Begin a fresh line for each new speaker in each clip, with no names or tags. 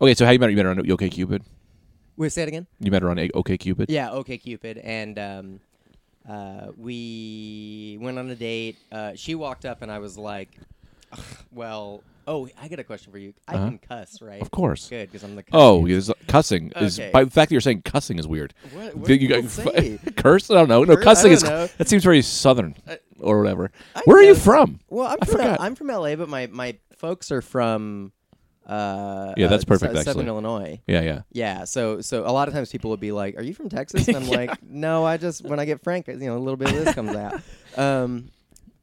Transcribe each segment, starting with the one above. Okay, so how you met her? You met her on OK Cupid.
Wait, say it again.
You met her on OK Cupid.
Yeah, okay, Cupid, and um, uh, we went on a date. Uh, she walked up, and I was like, "Ugh, "Well, oh, I got a question for you. I
Uh-huh.
can cuss, right?
Of course.
good, because I'm the cuss
Oh,
man.
is cussing is
Okay.
by the fact that you're saying cussing is weird.
What- what
Did
do
you
people
guys-
say?
curse? I don't know. No,
Curse? I
cussing
don't
is
know.
that seems very southern or whatever.
I
Where are you
guess-
from?
Well, I'm
I
from
forgot.
L- I'm from LA, but my my folks are from uh,
Yeah, that's
uh,
perfect,
Sou- Southern
actually.
Illinois.
Yeah, yeah.
Yeah, so so a lot of times people will be like, "Are you from Texas?" And I'm like, "No, I just when I get frank, you know, a little bit of this comes out." Um,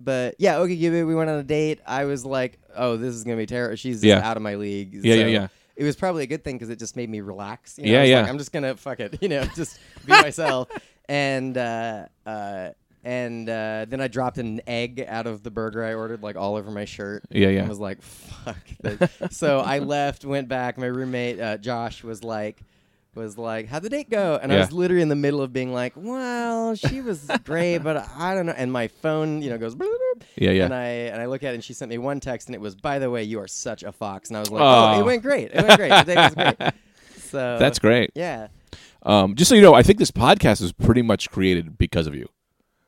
but yeah, okay, Cupid, we went on a date. I was like, "Oh, this is gonna be terrible." She's just
Yeah.
out of my league.
Yeah, yeah,
so
yeah.
It was probably a good thing because it just made me relax. You know?
Yeah,
I was
yeah.
Like, I'm just gonna fuck it, you know, just be myself. And uh, uh, and uh, then I dropped an egg out of the burger I ordered, like all over my shirt.
Yeah, yeah.
I was like, fuck. this." so I left, went back. My roommate uh, Josh was like, was like, how'd the date go? And I
Yeah.
was literally in the middle of being like, well, she was great, but I don't know. And my phone, you know, goes. bloop, bloop.
Yeah, yeah.
And I and I look at it, and she sent me one text, and it was, by the way, you are such a fox. And I was like,
Aw.
oh, it went great. It went great. The date was great. So
That's great.
yeah.
Um, just so you know, I think this podcast was pretty much created because of you.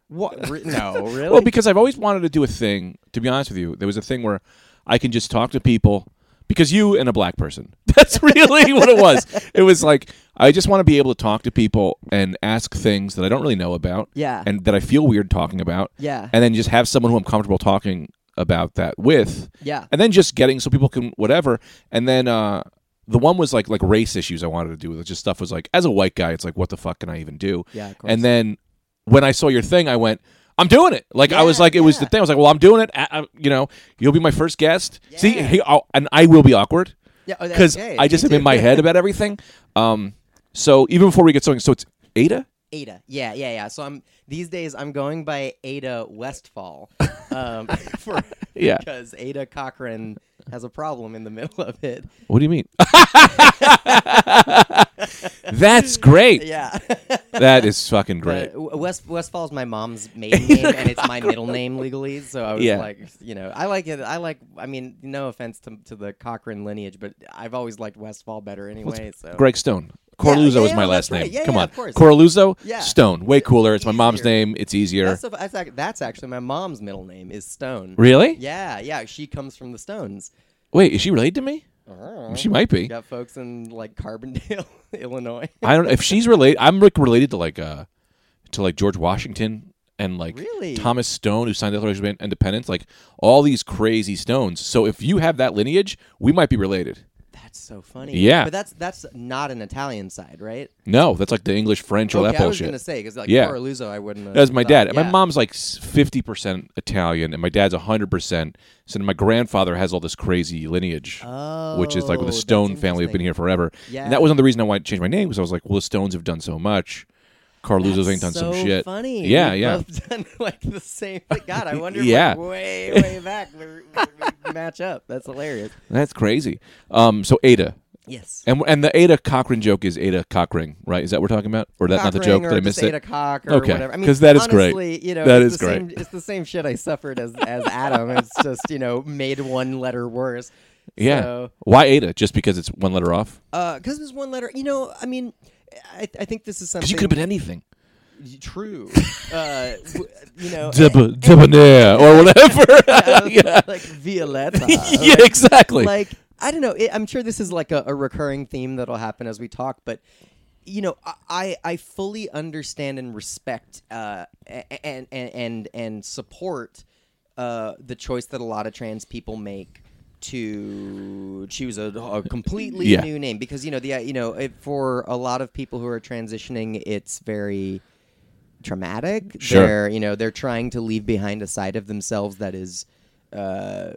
What? Re- no, really?
Well, because I've always wanted to do a thing. To be honest with you, there was a thing where I can just talk to people because you and a black person. That's really what it was. It was like I just want to be able to talk to people and ask things that I don't really know about.
Yeah.
and that I feel weird talking about.
Yeah.
and then just have someone who I'm comfortable talking about that with.
Yeah.
and then just getting so people can whatever. And then uh, the one was like like race issues I wanted to do. It just stuff was like as a white guy, it's like what the fuck can I even do?
Yeah, of course.
and then when I saw your thing, I went. I'm doing it. Like I was
Yeah,
like, it was
yeah.
the thing. I was like, well, I'm doing it. I, I- you know, you'll be my first guest. See,
Yeah.
hey, I'll, and I will be awkward
yeah, oh, that's
because
okay.
I
Me
just am
too.
in my head about everything. Um, so even before we get started, so it's Ada.
Ada. Yeah, yeah, yeah. So I'm these days I'm going by Ada Westfall. Um, for,
Yeah.
Because Ada Cochran has a problem in the middle of it.
What do you mean? That's great.
Yeah.
That is fucking great.
But W- West Westfall's my mom's maiden name and it's my middle name legally. So I was
Yeah.
like, you know, I like it. I like. I mean, no offense to, to the Cochran lineage, but I've always liked Westfall better anyway. So
Greg Stone. Corluzzo
yeah,
is my
yeah,
last
that's right.
name.
Yeah,
Come
yeah,
on.
of course.
Corluzzo,
Yeah.
Stone. Way cooler. It's my mom's
Easier.
name. It's easier.
that's, the- that's ac- that's actually my mom's middle name is Stone.
really?
Yeah, yeah. She comes from the Stones.
Wait, is she related to me?
Uh-huh.
She might be.
You got folks in like Carbondale, Illinois.
I don't know. If she's related, I'm like related to like uh to like George Washington and like
Really?
Thomas Stone who signed the Declaration of Independence, like all these crazy stones. So if you have that lineage, we might be related.
That's so funny.
Yeah.
but that's that's not an Italian side, right?
No, that's like the English, French, all
okay,
that
I was
bullshit.
gonna say because like
Yeah.
Coraluzzo, I wouldn't. have
That was my
thought-
dad. And My
yeah.
mom's like fifty percent Italian, and my dad's hundred percent. So then my grandfather has all this crazy lineage, which is like
Oh,
with the
that's
Stone family have been
interesting.
here forever.
Yeah.
And that wasn't the reason I wanted to change my name because I was like, well, the Stones have done so much. Carluzos ain't done
so
some shit.
Funny.
Yeah,
We've
yeah.
both done like the same. God, I wonder.
Yeah.
yeah. way, way back where where we match up. That's hilarious.
That's crazy. Um, so Ada.
Yes.
And, and the Ada Cochran joke is Ada Cochran, right? Is that what we're talking about, or that not the
Cock
joke
ring
that
or
I
just
missed
ate
it?
a cock or
Okay,
whatever. I mean,
'cause that is great.
honestly, You know,
That
it's
is
the
great.
Same, it's the same shit I suffered as as Adam. It's just you know made one letter worse.
Yeah.
So- uh,
Why Ada? Just because it's one letter off?
because there's one letter. You know, I mean, I, I think this is something.
Because you could have been anything.
been true. uh, w- you know,
Deb- debonair or whatever.
yeah,
yeah.
like Violetta.
yeah, exactly.
Like I don't know. It, I'm sure this is like a, a recurring theme that'll happen as we talk, but. You know, I- I, I fully understand and respect uh, a- and, and and and support uh, the choice that a lot of trans people make to choose a, a completely
Yeah.
new name because you know the uh, you know it, for a lot of people who are transitioning, it's very traumatic.
Sure.
They're you know they're trying to leave behind a side of themselves that is uh,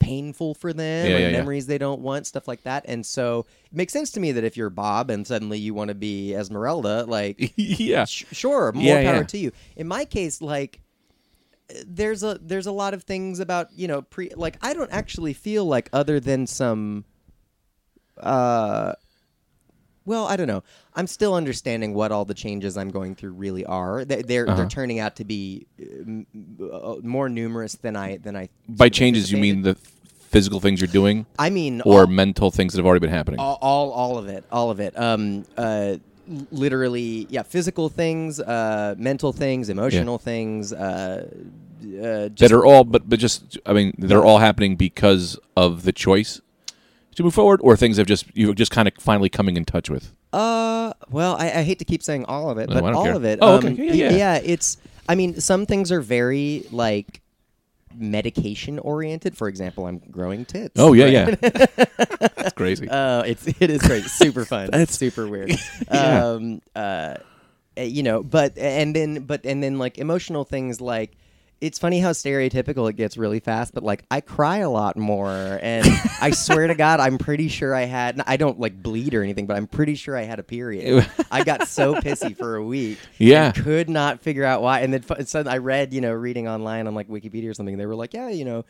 painful for them,
Yeah,
or
yeah, yeah.
memories they don't want, stuff like that. And so it makes sense to me that if you're Bob and suddenly you want to be Esmeralda, like
yeah.
sh- sure, more
Yeah,
power
yeah.
to you. In my case, like there's a there's a lot of things about you know pre like I don't actually feel like other than some uh well I don't know I'm still understanding what all the changes I'm going through really are they, they're they're
Uh-huh.
turning out to be uh, m- uh, more numerous than I than I
By changes, you mean the physical things you're doing
I mean,
or
all-
mental things that have already been happening?
all, all, all of it, all of it. Um, uh, l- literally, yeah, physical things, uh, mental things, emotional things. Uh, uh, just
that are all, but but just I mean, they're all happening because of the choice to move forward, or things have just you're just kind of finally coming in touch with.
Uh, well, I, I hate to keep saying all of it,
No,
but
I don't
all
care.
of it.
Oh,
um,
okay. Yeah, yeah, yeah.
It's. I mean, some things are very like medication oriented. For example, I'm growing tits.
Oh yeah, yeah. That's crazy.
Uh, it's it is great, super fun. It's super weird.
Yeah.
Um, uh, eh, you know, but and then but and then like emotional things like. It's funny how stereotypical it gets really fast, but like I cry a lot more, and I swear to God, I'm pretty sure I had. I don't like bleed or anything, but I'm pretty sure I had a period. I got so pissy for a week. and
Yeah.
could not figure out why. And then fu- suddenly I read, you know, reading online on like Wikipedia or something, they were like, yeah, you know,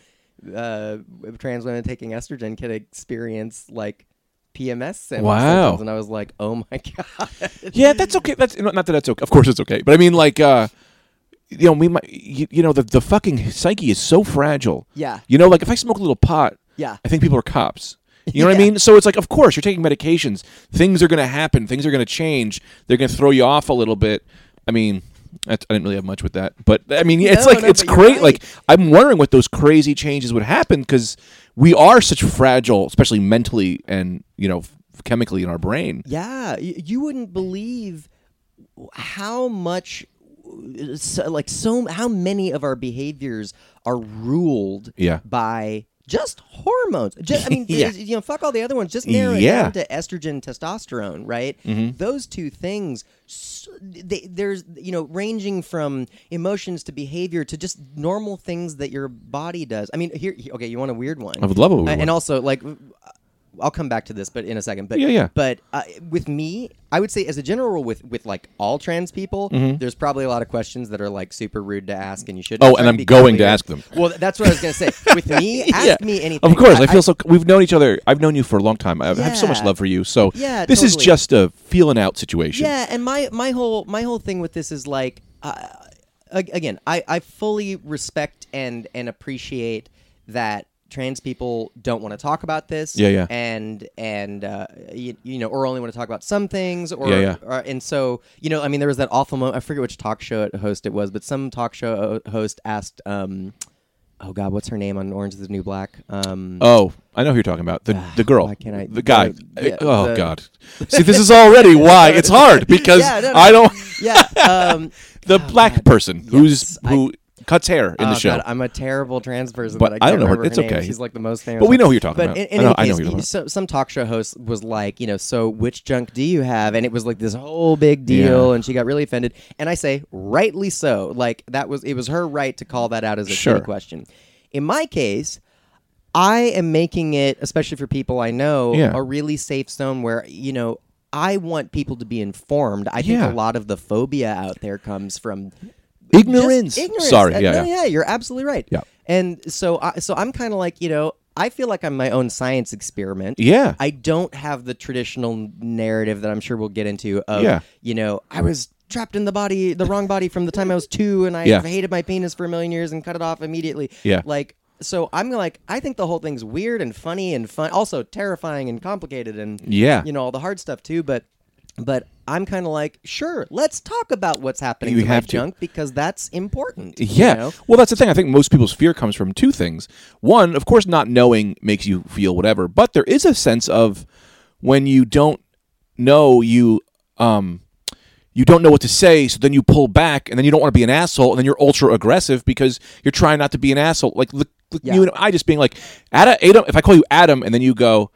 uh, trans women taking estrogen can experience like PMS symptoms.
Wow.
sometimes. And I was like, oh my God.
yeah, that's okay. That's not that that's okay. Of course, it's okay. But I mean, like, uh, you know, we might, you, you know, the the fucking psyche is so fragile.
Yeah.
You know, like if I smoke a little pot,
Yeah.
I think people are cops. You know what I
Yeah.
mean? So it's like, of course, you're taking medications. Things are going to happen. Things are going to change. They're going to throw you off a little bit. I mean, that's, I didn't really have much with that, but I mean, it's
No,
like
no,
it's
but you're
great.
right.
Like I'm wondering what those crazy changes would happen because we are such fragile, especially mentally and you know f- chemically in our brain.
Yeah. Y- you wouldn't believe how much. So, like so how many of our behaviors are ruled
Yeah.
by just hormones just, i mean
Yeah.
you know fuck all the other ones just narrow it
Yeah. Mm-hmm.
down to estrogen testosterone right those two things s- they, there's you know ranging from emotions to behavior to just normal things that your body does i mean here okay you want a weird one
I would love a weird
and
one.
also like uh, I'll come back to this, but in a second. But
Yeah, yeah.
But uh, with me, I would say as a general rule, with with like all trans people, there's probably a lot of questions that are like super rude to ask, and you should.
Mm-hmm. Oh, and I'm going to ask them.
Well, that's what I was gonna say. With me, ask me anything.
Of course, I,
I-
feel so. We've known each other. I've known you for a long time. I have so much
Yeah.
love for you. So
Yeah,
this is
totally.
just a feeling out situation.
Yeah, and my my whole my whole thing with this is like, uh, ag- again, I I fully respect and and appreciate that trans people don't want to talk about this.
Yeah, yeah.
And and uh, you, you know, or only want to talk about some things, or,
Yeah, yeah.
or and so you know, I mean, there was that awful moment. I forget which talk show host it was, but some talk show host asked. Um, Oh God, what's her name on Orange Is the New Black? Um,
Oh, I know who you're talking about. The the girl.
Ah, why can't I-
the guy.
the- yeah,
oh
the-
God. See, this is already why it's hard because
Yeah, no, no.
I don't.
yeah, um,
The black person who's
I-
who cuts hair in the
Oh,
show.
God, I'm a terrible trans person,
But
but,
I
I,
don't
can't
know her-
Remember
it's
name.
okay.
She's like the most famous.
But we know who you're talking about.
but In,
I
in
know-
any
I know
case,
who you're talking
so, some talk show host was like, you know, so which junk do you have? And it was like this whole big deal,
Yeah.
and she got really offended. And I say, rightly so. Like that was it was her right to call that out as a shitty
Sure.
question. In my case. I am making it, especially for people I know,
Yeah.
a really safe zone where, you know, I want people to be informed. I
Yeah.
think a lot of the phobia out there comes from
ignorance.
just ignorance.
Sorry.
Uh,
yeah.
no,
yeah.
You're absolutely right.
Yeah.
And so, I, so I'm kind of like, you know, I feel like I'm my own science experiment.
Yeah.
I don't have the traditional narrative that I'm sure we'll get into of,
Yeah.
you know, I was trapped in the body, the wrong body from the time I was two, and I
Yeah.
hated my penis for a million years and cut it off immediately.
Yeah.
Like, so I'm like, I think the whole thing's weird and funny and fun, also terrifying and complicated and
Yeah.
you know all the hard stuff too. But, but I'm kind of like, sure, let's talk about what's happening.
You
to my
have to.
junk because that's important. you
Yeah.
know?
Well, that's the thing. I think most people's fear comes from two things. One, of course, not knowing makes you feel whatever, but there is a sense of when you don't know, you um you don't know what to say, so then you pull back and then you don't want to be an asshole and then you're ultra aggressive because you're trying not to be an asshole. Like look, look
Yeah.
you and I just being like Adam, Adam if I call you Adam and then you go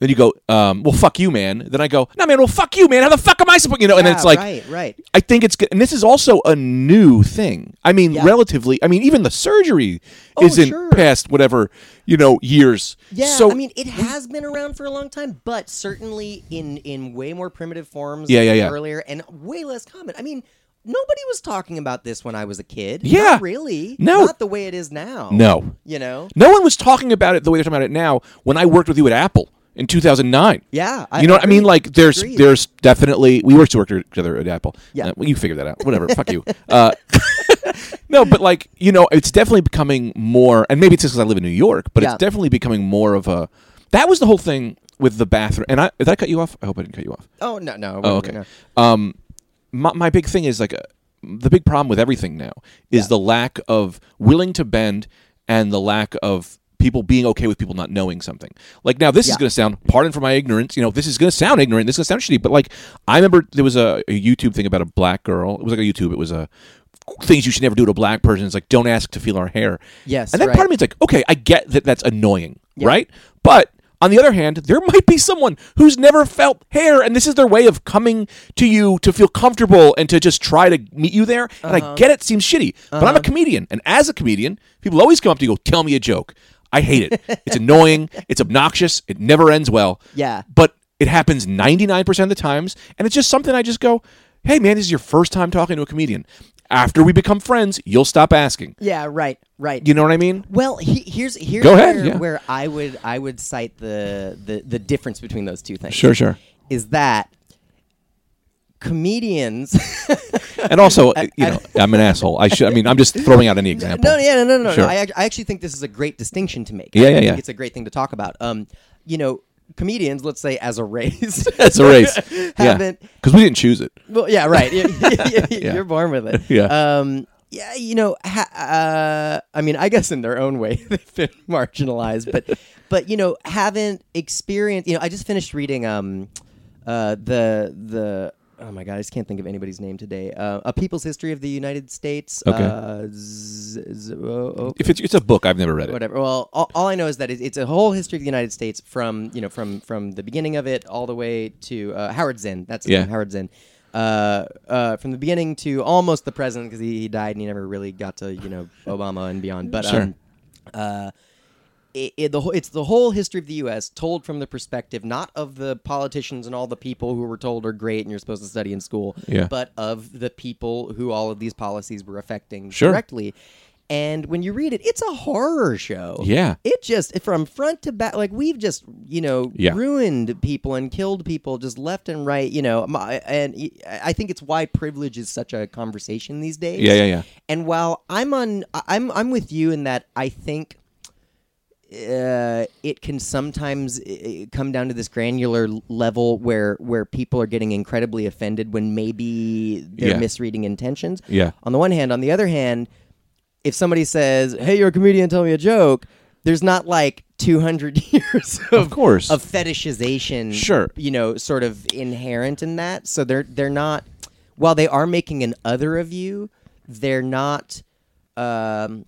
then you go, um, well, fuck you, man. Then I go, no, man, well, fuck you, man. How the fuck am I supposed, you know? and then
Yeah,
it's like,
Ah, right, right.
I think it's good. And this is also a new thing. I mean, relatively, I mean, even the surgery isn't
Oh, sure.
past whatever, you know, years.
Yeah,
So,
I mean, it has been around for a long time, but certainly in in way more primitive forms.
Yeah, yeah,
than
yeah.
Earlier and way less common. I mean, nobody was talking about this when I was a kid.
Yeah.
Not really.
No.
not the way it is now.
no.
you know.
No one was talking about it the way they're talking about it now when I worked with you at Apple. in 2009.
Yeah, I
you know what I
agree.
mean? Like, there's
Agreed.
there's definitely we worked to work together at Apple.
Yeah.
Uh, well, you figured that out. Whatever. Fuck you. Uh, no, but like you know, it's definitely becoming more, and maybe it's just because I live in New York, but
Yeah.
it's definitely becoming more of a. That was the whole thing with the bathroom, and I did I cut you off? I hope I didn't cut you off.
Oh no, no.
Oh,
wait,
okay.
no.
Um, my, my big thing is like uh, the big problem with everything now is the lack of willing to bend and the lack of people being okay with people not knowing something. Like now, this
Yeah.
is going to sound pardon for my ignorance. You know, this is going to sound ignorant. This is going to sound shitty. But like, I remember there was a, a YouTube thing about a black girl. It was like a YouTube. It was a things you should never do to a black person. It's like don't ask to feel our hair.
Yes,
and that
right.
part of me is like, okay, I get that that's annoying, right? But on the other hand, there might be someone who's never felt hair, and this is their way of coming to you to feel comfortable and to just try to meet you there. And I get it seems shitty, but I'm a comedian, and as a comedian, people always come up to you, and go, "Tell me a joke." I hate it. It's annoying. It's obnoxious. It never ends well.
Yeah.
But it happens 99% of the times. And it's just something I just go, hey, man, this is your first time talking to a comedian. After we become friends, you'll stop asking.
Yeah, right, right.
You know what I mean?
Well, he, here's here's
Go ahead,
where,
yeah.
where I would I would cite the, the the difference between those two things.
sure.
Is that comedians?
And also, you know, I'm an asshole. I should, I mean, I'm just throwing out any example.
no, yeah, no, no, no,
Sure.
no. I, act- I actually think this is a great distinction to make.
Yeah,
I
yeah,
think
yeah.
It's a great thing to talk about. Um, you know, comedians, let's say as a race,
It's a race.
haven't
yeah. Because we didn't choose it.
Well, yeah, right. You- You're born with it.
Yeah.
Um, yeah, you know, ha- uh, I mean, I guess in their own way they've been marginalized, but but you know, haven't experienced. You know, I just finished reading um, uh, the the. Oh my god, I just can't think of anybody's name today. Uh, a People's History of the United States.
Okay.
Uh, z- z- oh, oh,
If it's, it's a book, I've never read it.
whatever. Well, all, all I know is that it- it's a whole history of the United States from you know from from the beginning of it all the way to uh, Howard Zinn. That's his
Yeah.
name, Howard Zinn. Uh, uh, from the beginning to almost the present because he, he died and he never really got to you know Obama and beyond. But
Sure.
um, uh, it, it, the whole- it's the whole history of the U.S. told from the perspective not of the politicians and all the people who were told are great and you're supposed to study in school,
Yeah.
but of the people who all of these policies were affecting
Sure.
directly. And when you read it, it's a horror show.
Yeah.
It just from front to back, like we've just you know
Yeah.
ruined people and killed people just left and right. You know, my, and I think it's why privilege is such a conversation these days.
Yeah, yeah, yeah.
And while I'm on, I- I'm I'm with you in that I think uh, it can sometimes uh, come down to this granular l- level where where people are getting incredibly offended when maybe they're
Yeah.
misreading intentions.
Yeah.
On the one hand, on the other hand, if somebody says, "Hey, you're a comedian, tell me a joke," there's not like 200 years
Of course.
of fetishization
Sure.
you know sort of inherent in that so they're they're not while they are making an other of you they're not um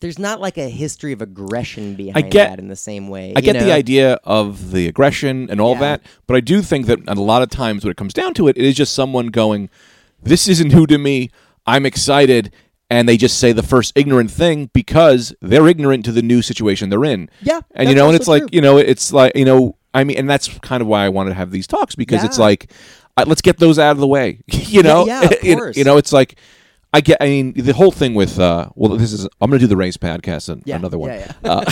there's not like a history of aggression behind
get-
that in the same way
I get the idea of the aggression and all
Yeah.
that, but I do think that a lot of times when it comes down to it, it is just someone going, "This isn't new to me. I'm excited," and they just say the first ignorant thing because they're ignorant to the new situation they're in.
Yeah,
and you
that's
know, and
also
it's like
true.
you know, it's like you know, I mean, and that's kind of why I wanted to have these talks because it's
Yeah.
like, I, let's get those out of the way. you know,
yeah, of
You-
course.
you know, it's like. I get. I mean, the whole thing with uh, well, this is. I'm going to do the race podcast and
Yeah,
another one.
yeah, yeah.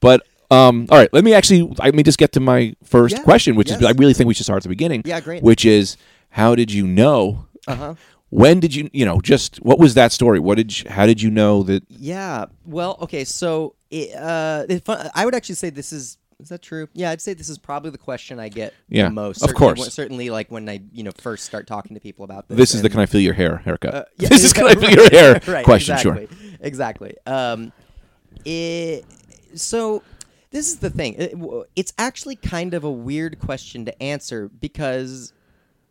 But um, all right, let me actually. Let me just get to my first
Yeah,
question, which
yes.
is I really think we should start at the beginning.
Yeah, great.
Which is, how did you know?
uh-huh
When did you? You know, just what was that story? What did? You, how did you know that?
Yeah. Well, okay. So, it, uh, it fun, I would actually say this is. Is that true? Yeah, I'd say this is probably the question I get
Yeah,
the most.
of
Certainly-
course.
when- certainly, like when I you know first start talking to people about this.
This is the
and- Uh,
can I feel your hair haircut?
yeah,
this is can I feel your hair
right,
question?
Exactly,
Sure.
Exactly. Um, it, so this is the thing. It- w- it's actually kind of a weird question to answer because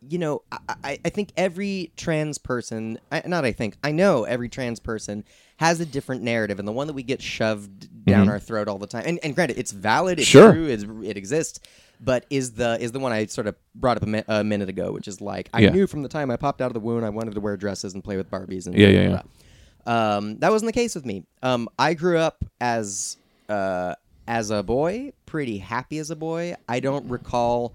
you know, I, I, I think every trans person, I, not I think, I know every trans person has a different narrative, and the one that we get shoved down our throat all the time. And, and granted, it's valid, it's
Mm-hmm. Sure.
true, it's, it exists, but is the is the one I sort of brought up a, mi- a minute ago, which is like I
Yeah.
knew from the time I popped out of the womb, I wanted to wear dresses and play with Barbies and
Yeah,
blah,
yeah,
blah, blah. Um, that wasn't the case with me. Um, I grew up as uh, as a boy, pretty happy as a boy. I don't recall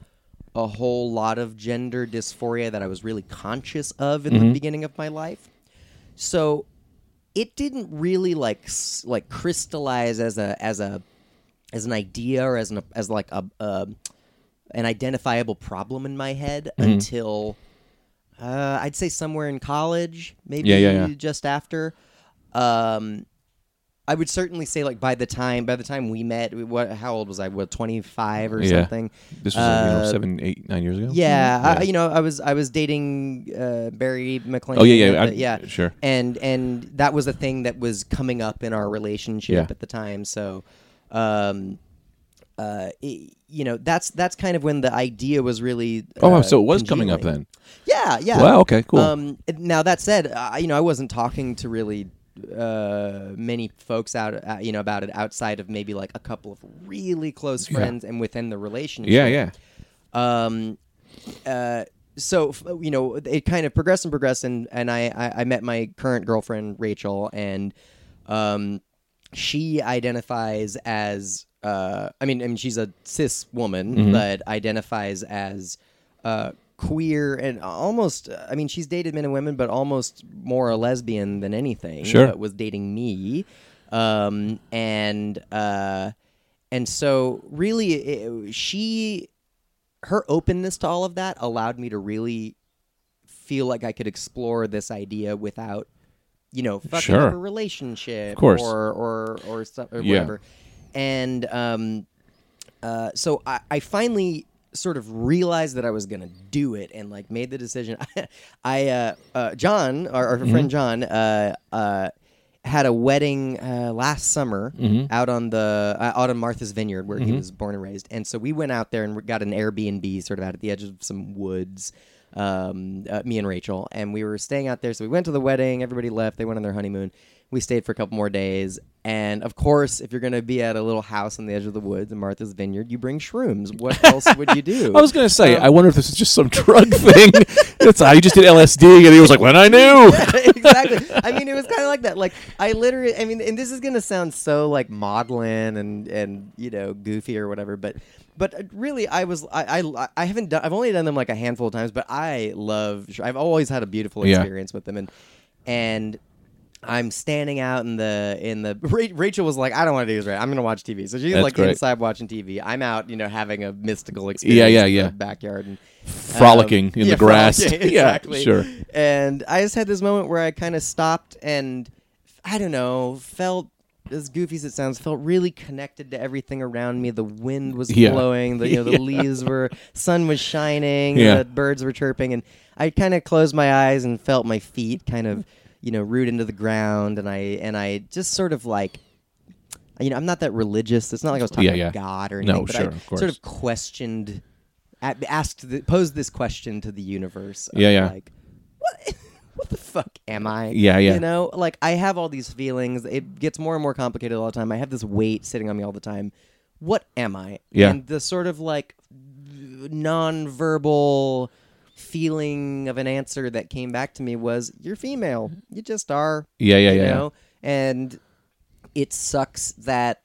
a whole lot of gender dysphoria that I was really conscious of in
Mm-hmm.
the beginning of my life. So it didn't really like s- like crystallize as a as a as an idea or as an as like a, a an identifiable problem in my head
Mm-hmm.
until uh, I'd say somewhere in college, maybe
Yeah, yeah, yeah.
just after. Um, I would certainly say like by the time by the time we met, what how old was I? What twenty five or
Yeah.
something?
This was uh, you know,
Uh,
seven, eight, nine years ago.
Yeah, I, you know, I was I was dating uh, Barry McLean.
Oh yeah, yeah,
at
I-
the- yeah,
sure.
And and that was a thing that was coming up in our relationship
Yeah.
at the time. So, um, uh, i you know, that's that's kind of when the idea was really.
Oh, wow,
uh,
so it was coming up
congealing.
then.
Yeah, yeah.
Wow, okay, cool.
Um, now that said, I, you know, I wasn't talking to really uh many folks out uh, you know about it outside of maybe like a couple of really close friends and within the relationship
Yeah, yeah.
um, uh, so f- you know, it kind of progressed and progressed, and and I I, I met my current girlfriend Rachel, and um, she identifies as uh, I mean, I mean, she's a cis woman, but identifies as uh, queer and almost I mean, she's dated men and women, but almost more a lesbian than anything.
Sure.
but was dating me, um, and uh, and so really, it, she her openness to all of that allowed me to really feel like I could explore this idea without, you know, fucking
Sure.
up a relationship,
Of course.
or or or, stuff, or
Yeah.
whatever. And um, uh, so I, I finally sort of realized that I was gonna do it, and like made the decision. I, uh, uh, John, our, our friend John, uh, uh. Had a wedding uh, last summer out on the uh, out on Martha's Vineyard where he was born and raised, and so we went out there and got an Airbnb sort of out at the edge of some woods um, uh, me and Rachel, and we were staying out there. So we went to the wedding. Everybody left. They went on their honeymoon. We stayed for a couple more days. And of course, if you're going to be at a little house on the edge of the woods in Martha's Vineyard, you bring shrooms. What else would you do?
I was gonna
um,
say, I wonder if this is just some drug thing. That's how you just did LSD, and he was like, "When I knew."
exactly. I mean, it was kind of like that. Like I literally, I mean, and this is gonna sound so like maudlin and and you know goofy or whatever, but but uh, really, I was I I, I haven't done I've only done them like a handful of times, but I love. I've always had a beautiful
Yeah.
experience with them, and and. I'm standing out in the in the. Ra- Rachel was like, "I don't want to do this right. I'm going to watch TV." So she's
That's
like
great.
inside watching TV. I'm out, you know, having a mystical experience.
yeah,
in the
yeah.
backyard and
frolicking in
yeah,
the grass.
frolicking, exactly.
Yeah, sure.
And I just had this moment where I kind of stopped and I don't know, felt as goofy as it sounds, felt really connected to everything around me. The wind was
Yeah.
blowing, the you know, the leaves were sun was shining,
Yeah.
the birds were chirping, and I kind of closed my eyes and felt my feet kind of, you know, root into the ground and I and I just sort of like you know, I'm not that religious. It's not like I was talking
Yeah,
about
yeah.
God or
No,
anything, but
sure,
I
of course.
sort of questioned a- asked the, posed this question to the universe. Of
Yeah, yeah.
Like, what, what the fuck am I?
Yeah, yeah.
You know, like I have all these feelings. It gets more and more complicated all the time. I have this weight sitting on me all the time. What am I?
Yeah.
And the sort of like nonverbal feeling of an answer that came back to me was, "You're female. You just are."
Yeah, yeah,
you
yeah, yeah.
know? And it sucks that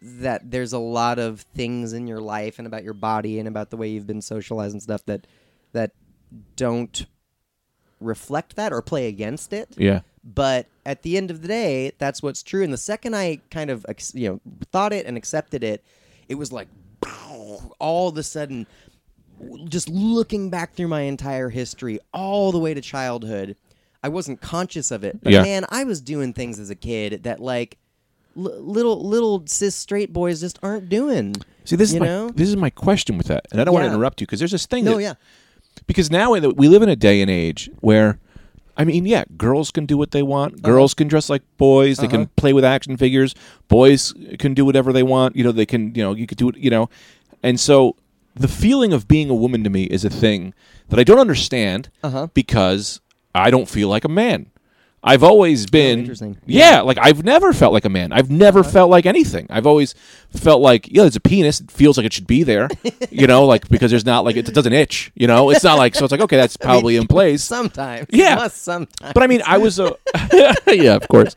that there's a lot of things in your life and about your body and about the way you've been socialized and stuff that that don't reflect that or play against it.
Yeah.
But at the end of the day, that's what's true. And the second I kind of ex- you know thought it and accepted it, it was like all of a sudden, just looking back through my entire history, all the way to childhood, I wasn't conscious of it. But
Yeah.
man, I was doing things as a kid that like l- little little cis straight boys just aren't doing.
See, this is
you
my
know?
this is my question with that, and I don't want
Yeah.
to interrupt you because there's this thing.
no,
that-
yeah,
Because now in the- we live in a day and age where, I mean, yeah, girls can do what they want.
Uh-huh.
Girls can dress like boys. They can play with action figures. Boys can do whatever they want. You know, they can. You know, you could do it. You know, and so the feeling of being a woman to me is a thing that I don't understand
Uh-huh.
because I don't feel like a man. I've always been
Oh, interesting.
yeah, like I've never felt like a man. I've never felt like anything. I've always felt like, yeah, there's a penis. It feels like it should be there, you know, like because there's not like it doesn't itch, you know. It's not like so. It's like okay, that's probably in place.
sometimes,
Yeah.
Must sometimes.
But I mean, I was a yeah, of course.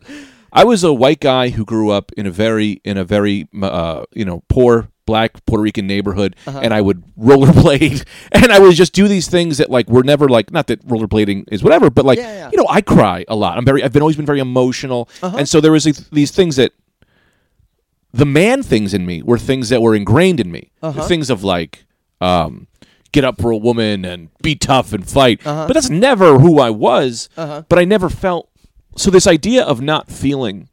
I was a white guy who grew up in a very in a very uh, you know poor black Puerto Rican neighborhood, and I would rollerblade, and I would just do these things that like were never like not that rollerblading is whatever, but like
Yeah, yeah.
you know I Uh-huh. cry a lot. I'm very I've been always been very emotional, and so there was these- these things that the man things in me were things that were ingrained in me. Things of like, um, get up for a woman and be tough and fight.
Uh-huh.
But that's never who I was. But I never felt. So this idea of not feeling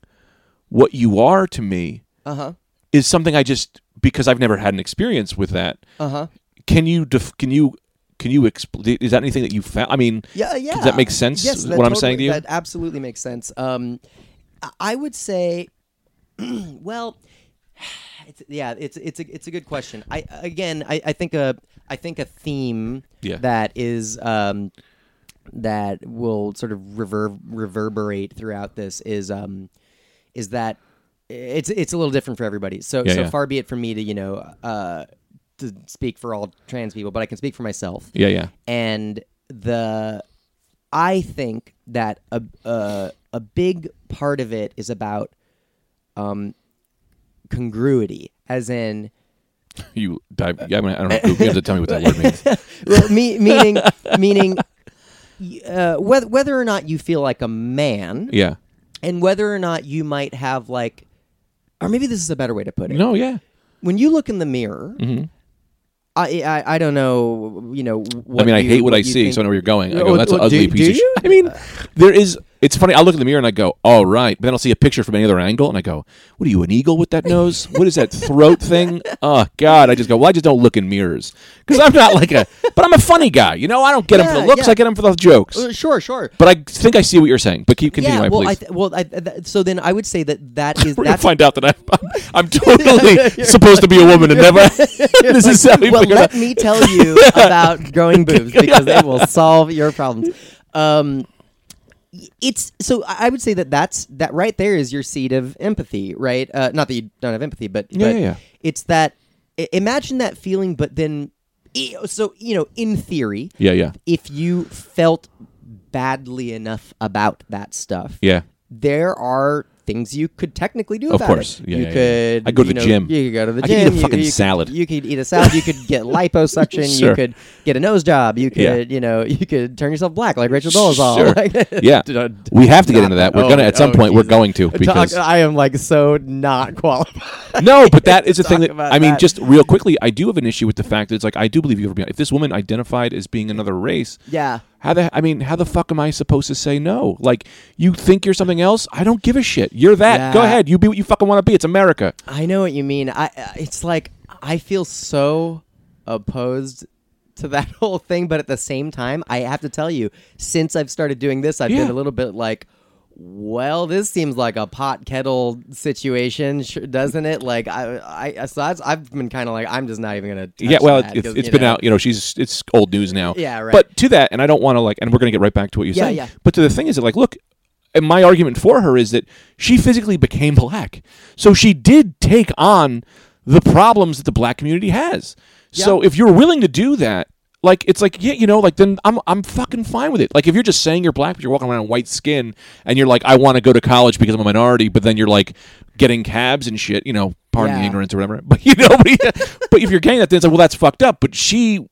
what you are to me
Uh-huh.
is something I just because I've never had an experience with that.
Uh-huh.
Can you def- can you can you expl- is that anything that you found? I mean,
Yeah, yeah.
Does that make sense?
Yes,
what
that
I'm saying to
totally-
you?
that absolutely makes sense. Um, I- I would say, well, it's, yeah, it's it's a it's a good question. I again, I, I think a I think a theme
Yeah.
that is um, that will sort of reverb reverberate throughout this is um, is that it's it's a little different for everybody. So
Yeah,
so
yeah.
far be it from me to you know uh, to speak for all trans people, but I can speak for myself
yeah, yeah.
and the I think that a a, a big part of it is about um, congruity, as in
You dive. yeah, I, mean, I don't know. You have to tell me what that word means.
well, me, meaning meaning y- uh, whether whether or not you feel like a man,
Yeah.
and whether or not you might have like, or maybe this is a better way to put it.
No. Yeah.
When you look in the mirror. I, I, I don't know you know what
I mean, I
you-
hate what, I
you
see,
think-
so I know where you're going. I
Oh,
go, that's an
oh, do-
ugly
do
piece of shit.
you?
I mean, there is. It's funny. I look in the mirror and I go, all right. But then I'll see a picture from any other angle and I go, what are you, an eagle with that nose? What is that throat thing? Oh, God. I just go, well, I just don't look in mirrors. Because I'm not like a, but I'm a funny guy. You know, I don't get them for the
Yeah,
looks,
yeah.
I get them for the jokes.
Uh, sure sure
But I think I see what you're saying. But keep continuing,
yeah, well,
please.
I th- well, I, th- so then I would say that that is
We're gonna
that's
find out that I'm, I'm, I'm totally supposed to be a woman and never. this is how we
well.
figured
Let
out.
me tell you about growing boobs because they will solve your problems. Um, it's so I I would say that that's that right there is your seed of empathy, right? Uh, not that you don't have empathy, but,
Yeah,
but
yeah, yeah.
it's that i- imagine that feeling, but then e- so you know, in theory,
Yeah, yeah,
if you felt badly enough about that stuff,
yeah.
there are things you could technically do
Of
about
course.
it.
Yeah,
you
yeah, yeah.
could
I go to
you
the
know,
gym.
You could go to the
I could
gym.
eat a
you-
fucking
you could-
salad.
you could eat a salad, you could get liposuction,
Sure.
you could get a nose job, you could,
Yeah.
you know, you could turn yourself black like Rachel Dolezal.
Sure.
Like-
Yeah. We have to get
Not
into that.
that-
We're
oh,
gonna at some
oh,
point we're
Jesus.
going to
Talk-
because
I am like so not qualified.
no, but that is a
to
thing
talk
that
about
I mean.
that.
Just real quickly, I do have an issue with the fact that it's like I do believe you ever be. If this woman identified as being another race,
yeah.
how the I mean, how the fuck am I supposed to say no? Like you think you're something else? I don't give a shit. You're that. Go
Yeah.
ahead. You be what you fucking want to be. It's America.
I know what you mean. I I- it's like I feel so opposed to that whole thing, but at the same time, I have to tell you, since I've started doing this, I've
Yeah.
been a little bit like, well, this seems like a pot kettle situation, sh- doesn't it? Like I I so that's, I've been kind of like I'm just not even gonna. Touch
yeah, well,
that
it's,
'cause,
it's
you
been
know.
out. You know, she's it's old news now.
Yeah, right.
But to that, and I don't want to like, and we're gonna get right back to what you
Yeah,
said.
yeah.
But to the thing is that like, look, and my argument for her is that she physically became black, so she did take on the problems that the black community has. So if you're willing to do that. Like it's like yeah you know like then I'm I'm fucking fine with it like if you're just saying you're black but you're walking around in white skin and you're like I want to go to college because I'm a minority but then you're like getting cabs and shit you know pardon the
Yeah.
ignorance or whatever but you know but, but if you're getting that then it's like well that's fucked up but she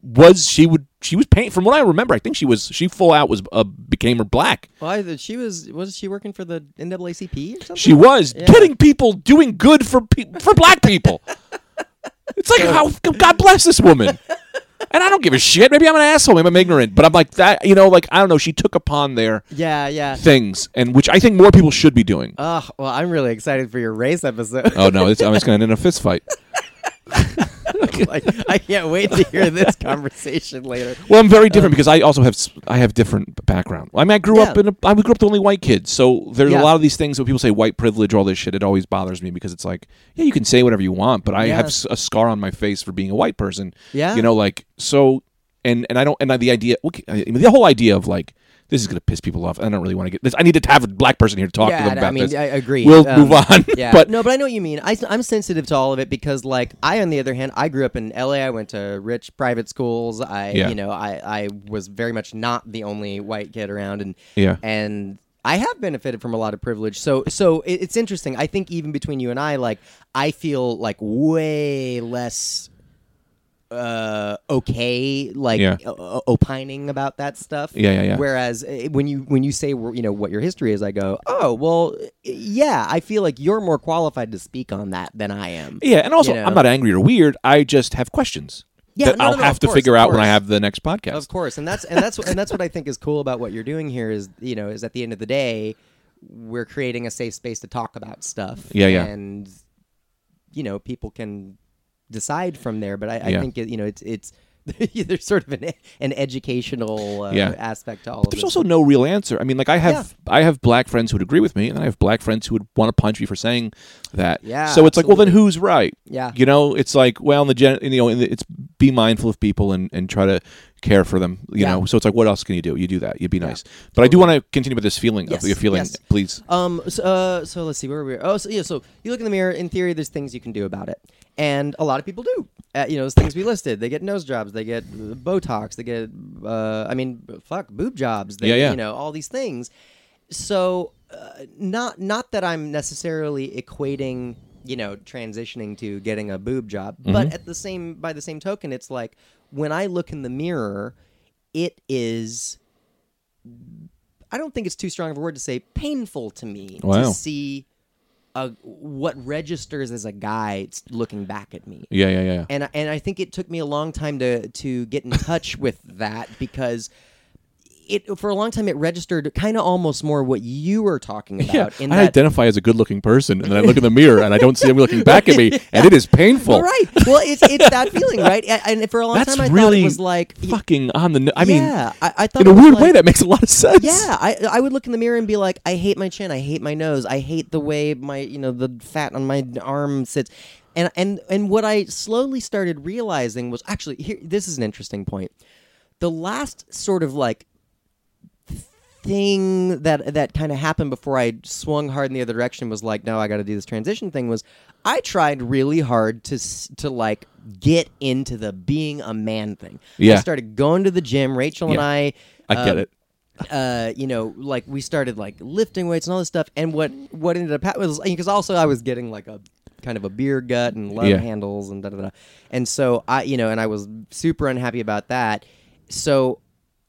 was she would she was paint from what I remember I think she was she full out was uh, became her black
Well, I, she was was she working for the NAACP or something?
she was getting people doing good for pe- for black people. it's like how God bless this woman. And I don't give a shit. Maybe I'm an asshole. Maybe I'm ignorant. But I'm like that. You know, like I don't know. She took upon their
yeah, yeah.
things, and which I think more people should be doing.
Ugh, well, I'm really excited for your race episode.
oh no, it's, I'm just going to end in a fist fight.
like, I can't wait to hear this conversation later.
Well, I'm very different because I also have s- I have different background. I mean, I grew up
Um, Yeah.
in a, I grew up the only white kid, so there's a
Yeah.
lot of these things when people say white privilege, all this shit. It always bothers me because it's like, yeah, you can say whatever you want, but I
Yeah.
have s- a scar on my face for being a white person.
Yeah.
you know, like so, and and I don't and I, the idea, okay, I mean, the whole idea of like this is gonna piss people off. I don't really want to get this. I need to have a black person here to talk to
yeah,
them
no,
about
I mean,
this.
I agree.
We'll
Um,
move on.
Yeah,
but
no, but I know what you mean. I, am sensitive to all of it because, like, I on the other hand, I grew up in L.A. I went to rich private schools. I,
Yeah.
you know, I I was very much not the only white kid around, and
Yeah.
and I have benefited from a lot of privilege. So so it, it's interesting. I think even between you and I, like, I feel like way less uh, okay, like
Yeah.
o- o- opining about that stuff.
Yeah, yeah, yeah.
Whereas eh, when you when you say you know what your history is, I go, oh well, eh, yeah. I feel like you're more qualified to speak on that than I am.
Yeah, and also,
You know.
I'm not angry or weird. I just have questions
Yeah,
that
no,
I'll
no, no,
have
of
to
course,
figure
of
out when I
course.
have the next podcast.
Of course, and that's and that's and that's what I think is cool about what you're doing here is you know is at the end of the day, we're creating a safe space to talk about stuff.
Yeah, yeah.
And you know, people can decide from there. But I, I
Yeah.
think it, you know it's it's there's sort of an an educational uh,
Yeah.
aspect to all. of
There's
this.
also no real answer. I mean, like I have I have black friends who would agree with me, and I have black friends who would want to punch me for saying that.
Yeah,
So it's like, well, then who's right?
Yeah.
You know, it's like, well, in the gen, you know, in the, it's be mindful of people and and try to care for them. You
Yeah.
know, so it's like, what else can you do? You do that. You'd be nice. But I do want to continue with this feeling
Yes,
of your feeling,
yes.
please.
Um. So, uh, so let's see where we are. Oh, so yeah. So you look in the mirror. In theory, there's things you can do about it, and a lot of people do. Uh, you know, those things we listed. They get nose jobs. They get uh, Botox. They get. Uh, I mean, b- fuck, boob jobs. They,
Yeah, yeah.
You know, all these things. So, uh, not not that I'm necessarily equating. You know, transitioning to getting a boob job,
Mm-hmm.
but at the same by the same token, it's like when I look in the mirror, it is I don't think it's too strong of a word to say painful to me
Wow.
to see a, what registers as a guy s- looking back at me.
Yeah, yeah, yeah.
And I- and I think it took me a long time to to get in touch with that because it for a long time it registered kind of almost more what you were talking about
Yeah,
in
I
that
identify as a good-looking person, and then I look in the mirror and I don't see him looking back at me, and it is painful.
well, right. Well, it's it's that feeling, right? A- And for a long
That's
time, I thought
really
it was like, y-
fucking on the. n- I mean,
yeah, I, I thought
in
it
a
was
weird
like,
way, that makes a lot of sense.
Yeah, I I would look in the mirror and be like, I hate my chin, I hate my nose, I hate the way my you know the fat on my arm sits, and and and what I slowly started realizing was actually here. This is an interesting point. The last sort of like thing that that kind of happened before I swung hard in the other direction was like, no, I got to do this transition thing. Was I tried really hard to s- to like get into the being a man thing. I
Yeah.
started going to the gym. Rachel and
Yeah.
I,
I get
uh,
it.
uh, you know, like we started like lifting weights and all this stuff. And what what ended up happening was because also I was getting like a kind of a beer gut and love
Yeah.
handles and da da da. And so I, you know, and I was super unhappy about that. So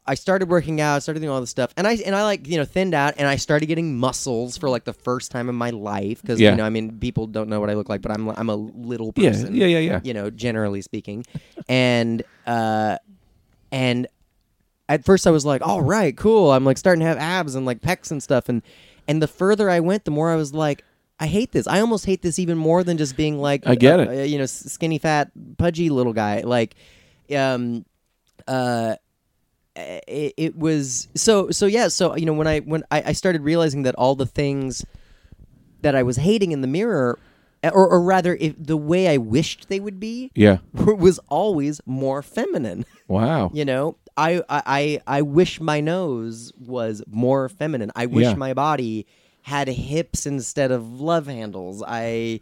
I started working out, started doing all this stuff, and I and I like you know thinned out, and I started getting muscles for like the first time in my life because
Yeah.
you know I mean people don't know what I look like, but I'm I'm a little
Yeah,
person,
yeah, yeah, yeah.
you know, generally speaking, and uh, and at first I was like, all right, cool. I'm like starting to have abs and like pecs and stuff. And and the further I went, the more I was like, I hate this. I almost hate this even more than just being like,
I get
a-
it.
a, you know, s- skinny, fat, pudgy little guy. Like, um, uh. It, it was so so yeah so you know when I when I, I started realizing that all the things that I was hating in the mirror eh, or, or rather if the way I wished they would be
Yeah.
was always more feminine
Wow.
you know I, I i i wish my nose was more feminine i wish
Yeah.
my body had hips instead of love handles i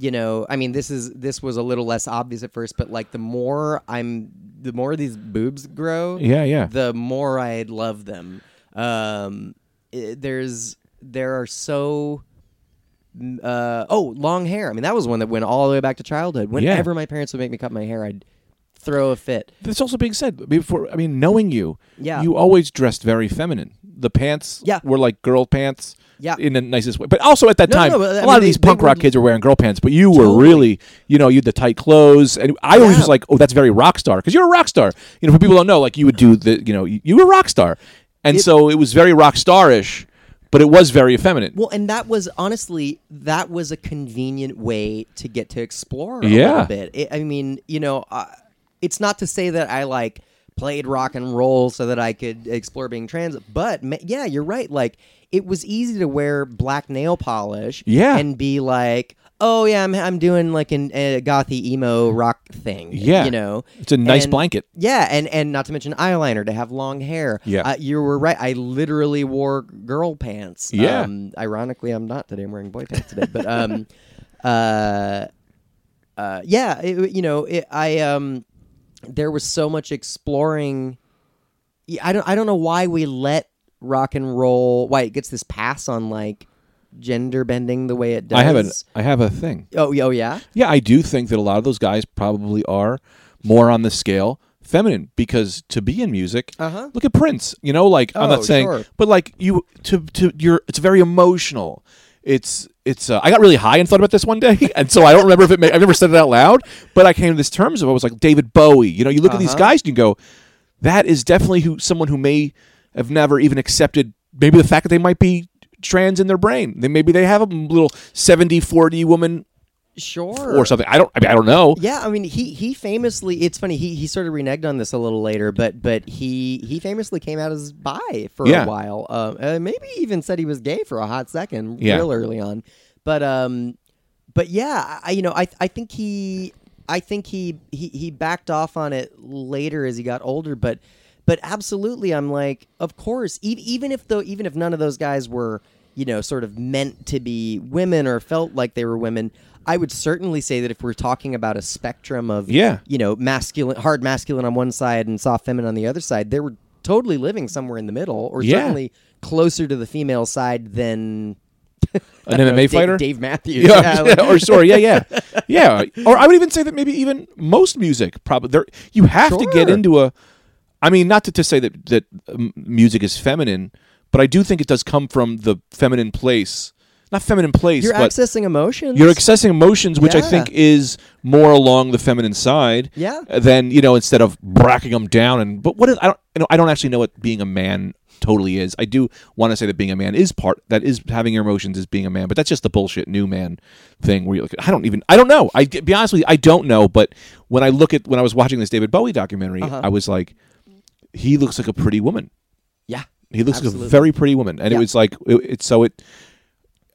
you know i mean this is this was a little less obvious at first but like the more i'm the more these boobs grow
Yeah, yeah.
the more i love them um i- there's there are so uh, oh, long hair. I mean, that was one that went all the way back to childhood. Whenever my parents would make me cut my hair, I'd throw a fit.
That's also being said before. I mean, knowing you,
Yeah.
you always dressed very feminine. The pants,
Yeah.
were like girl pants,
Yeah.
in the nicest way. But also at that
No, no,
time,
no, I
a
mean,
lot of
they-
these
they
punk
were-
rock kids were wearing girl pants, but you were
Totally.
really, you know, you had the tight clothes, and I always
Yeah.
was like, oh, that's very rock star because you're a rock star. You know, for people who don't know, like you would do the, you know, you, you were a rock star, and so it was very rock starish, but it was very effeminate.
Well, and that was honestly that was a convenient way to get to explore a
Yeah.
little bit. It, I mean, you know, uh, it's not to say that I like played rock and roll so that I could explore being trans, but ma- yeah, you're right. Like it was easy to wear black nail polish,
Yeah.
and be like, oh yeah, I'm I'm doing like an a gothy emo rock thing,
Yeah.
you know,
It's a nice
And-
blanket.
yeah, and and not to mention eyeliner to have long hair.
Yeah.
uh, you were right. I literally wore girl pants.
Yeah.
Um, ironically, I'm not today. I'm wearing boy pants today. But um, uh, uh, yeah, it, you know, it, I um, there was so much exploring. Yeah, I don't I don't know why we let rock and roll why it gets this pass on like gender bending the way it does.
I have a, I have a thing.
Oh, y- oh yeah.
Yeah, I do think that a lot of those guys probably are more on the scale feminine because to be in music
Uh-huh.
look at prince you know like i'm
Oh,
not saying
sure.
but like you to to you're it's very emotional it's it's uh, i got really high and thought about this one day and so i don't remember if it made, i've never said it out loud but i came to this terms of it. i was like david bowie you know you look at
Uh-huh.
these guys and you go that is definitely who someone who may have never even accepted maybe the fact that they might be trans in their brain they maybe they have a little 70 40 woman
Sure.
or something i don't i, mean, I don't know
Yeah, I mean, he he famously it's funny he he sort of reneged on this a little later, but but he he famously came out as bi for
Yeah.
a while. Um, uh, maybe even said he was gay for a hot second,
Yeah.
real early on. But um, but yeah, I you know I I think he I think he he he backed off on it later as he got older, but but absolutely, I'm like, of course, e- even if though even if none of those guys were you know sort of meant to be women or felt like they were women. I would certainly say that if we're talking about a spectrum of
Yeah.
you know, masculine, hard masculine on one side and soft feminine on the other side, they were totally living somewhere in the middle, or
Yeah.
certainly closer to the female side than
an
I
mma
don't know, Dave-
fighter
Dave Matthews.
yeah,
like-
yeah, or sorry, yeah, yeah, yeah. Or I would even say that maybe even most music probably there you have to get
Sure.
into a. I mean, not to, to say that that um, music is feminine, but I do think it does come from the feminine place, not feminine place,
you're
but
accessing emotions.
you're accessing emotions, which I
Yeah.
think is more along the feminine side.
Yeah.
Than you know, instead of bracking them down and but what is I don't you know I don't actually know what being a man totally is. I do want to say that being a man is part that is having your emotions is being a man, but that's just the bullshit new man thing where you like I don't even I don't know. I to be honest with you, I don't know. But when I look at when I was watching this David Bowie documentary,
Uh-huh.
I was like, he looks like a pretty woman.
yeah,
He looks like
Absolutely.
a very pretty woman, and it
Yeah.
was like it, it. So it,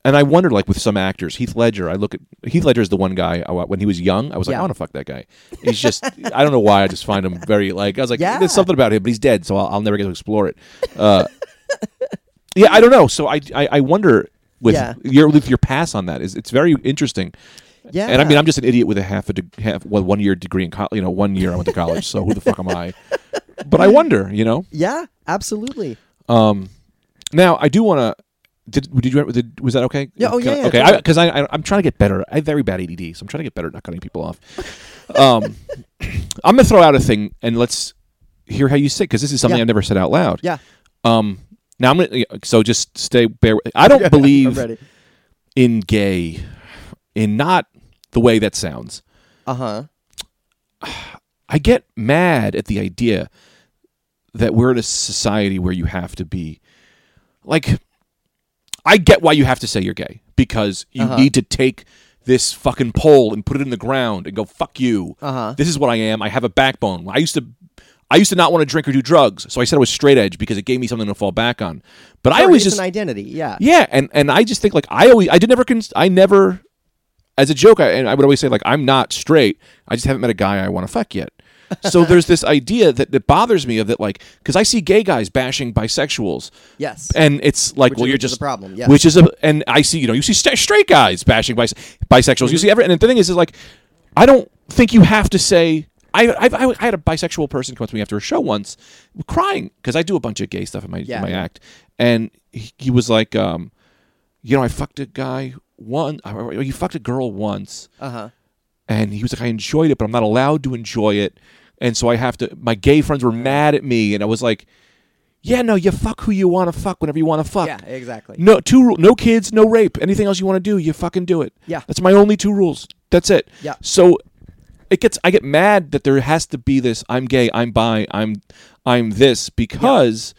and I wonder, like with some actors, Heath Ledger. I look at Heath Ledger is the one guy I, wa- when he was young. I was like,
Yeah.
I want to fuck that guy. He's just, I don't know why. I just find him very like. I was like,
Yeah.
there's something about him, but he's dead, so I'll, I'll never get to explore it. Uh, yeah, I don't know. So I, I, I wonder with
Yeah.
your with your pass on that is it's very interesting.
yeah.
And I mean, I'm just an idiot with a half a de- half well, one year degree in college. You know, one year I went to college. so who the fuck am I? But I wonder, you know.
yeah, absolutely.
Um, now I do want to. Did did you did, was that okay?
Yeah, oh,
Can I-
yeah, yeah,
okay.
totally.
Because I, I, I am trying to get better. I have very bad ADD, so I'm trying to get better at not cutting people off. Um, I'm gonna throw out a thing and let's hear how you say because this is something
Yeah.
I've never said out loud.
Yeah,
Um. Now I'm gonna. So just stay. Bear. I don't
I'm
believe
ready.
in gay, in not the way that sounds.
Uh huh.
I get mad at the idea that we're in a society where you have to be like I get why you have to say you're gay because you
Uh-huh.
need to take this fucking pole and put it in the ground and go fuck you.
Uh-huh.
This is what I am. I have a backbone. I used to I used to not want to drink or do drugs, so I said I was straight edge because it gave me something to fall back on. But I
Sure,
always
it's
just
an identity. Yeah.
yeah, and and I just think like I always I did never cons- I never as a joke I, and I would always say like I'm not straight. I just haven't met a guy I want to fuck yet. so there's this idea that that bothers me of that like because I see gay guys bashing bisexuals.
Yes.
And it's like,
Which
well,
is-
you're
which is
just
a problem, yes.
Which is a, and I see, you know, you see st- straight guys bashing bis- bisexuals.
Mm-hmm.
You see every, and the thing is, is like, I don't think you have to say. I, I, I I had a bisexual person come up to me after a show once, crying because I do a bunch of gay stuff in my
Yeah.
in my act, and he, he was like, um, you know, I fucked a guy one, or you fucked a girl once,
Uh huh.
and he was like, I enjoyed it, but I'm not allowed to enjoy it, and so I have to. My gay friends were mad at me, and I was like, yeah, no, you fuck who you want to fuck whenever you want to fuck.
Yeah. Exactly.
No two rule, no kids, no rape. Anything else you want to do, you fucking do it.
Yeah.
That's my only two rules. That's it.
Yeah.
So it gets I get mad that there has to be this I'm gay, I'm bi, I'm I'm this because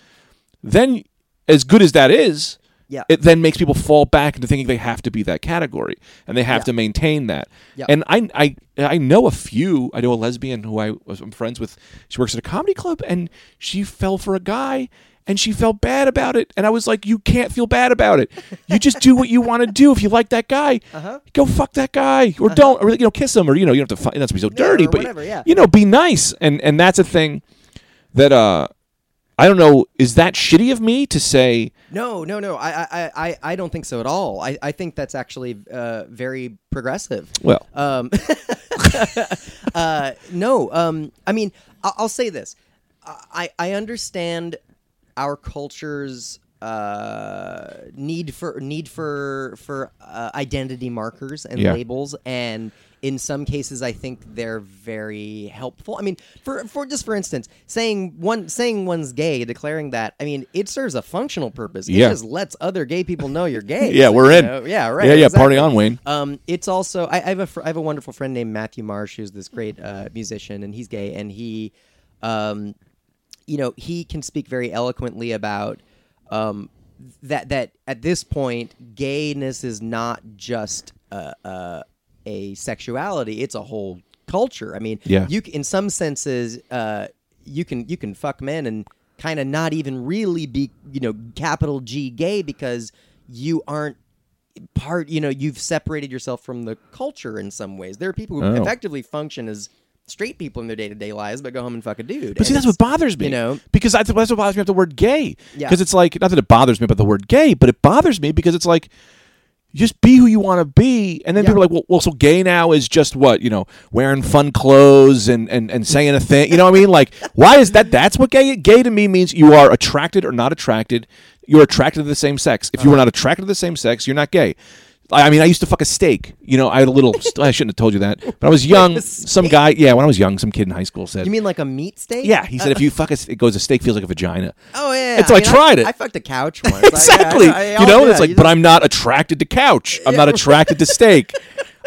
then as good as that is,
Yeah.
it then makes people fall back into thinking they have to be that category and they have to
Yeah.
maintain that.
Yeah.
And I I I know a few. I know a lesbian who I was I'm friends with. She works at a comedy club and she fell for a guy and she felt bad about it. And I was like, you can't feel bad about it. You just do what you want to do. If you like that guy,
Uh-huh.
go fuck that guy or don't or you know kiss him or you know you don't have to fight. Not to be so dirty,
or
but
whatever, yeah.
you know be nice. And and that's a thing that uh I don't know. Is that shitty of me to say?
No, no, no. I, I, I- I, I don't think so at all. I, I think that's actually uh, very progressive.
Well,
Um, uh, no, um, I mean, I- I'll say this. I, I understand our culture's uh, need for need for for uh, identity markers and
Yeah.
labels and in some cases, I think they're very helpful. I mean, for for just for instance, saying one saying one's gay, declaring that, I mean, it serves a functional purpose. It
Yeah.
just lets other gay people know you're gay.
Yeah,
Like,
we're
you
in.
know, yeah, right.
Yeah, yeah.
exactly.
Party on, Wayne.
Um, it's also I, I have a fr- I have a wonderful friend named Matthew Marsh who's this great uh, musician and he's gay and he, um, you know, he can speak very eloquently about um, that that at this point gayness is not just a, a, a sexuality; it's a whole culture. I mean,
Yeah.
you c- in some senses uh, you can you can fuck men and kind of not even really be you know capital G gay because you aren't part you know you've separated yourself from the culture in some ways there are people who
Oh.
effectively function as straight people in their day-to-day lives but go home and fuck a dude
But see, that's what bothers me.
you know?
because that's, that's what bothers me about the word gay.
Yeah.
Because it's like not that it bothers me about the word gay, but it bothers me because it's like just be who you want to be, and then
Yeah.
people are like, well, well, so gay now is just what you know, wearing fun clothes and and and saying a thing. You know what I mean? Like, why is that? That's what gay gay to me means. You are attracted or not attracted. You're attracted to the same sex.
Uh-huh.
If you were not attracted to the same sex, you're not gay. I I mean, I used to fuck a steak. You know, I had a little. I shouldn't have told you that. But I was young.
a
Some guy, yeah, when I was young, some kid in high school said,
you mean like a meat steak
yeah, he said if you fuck a, it goes a steak feels like a vagina.
oh yeah
And so I,
mean,
tried it.
i fucked a couch once
exactly.
I- yeah, I- I-
you
I'll
know,
do
it's
that.
like,
You
but
just-
I'm not attracted to couch. I'm not attracted to steak.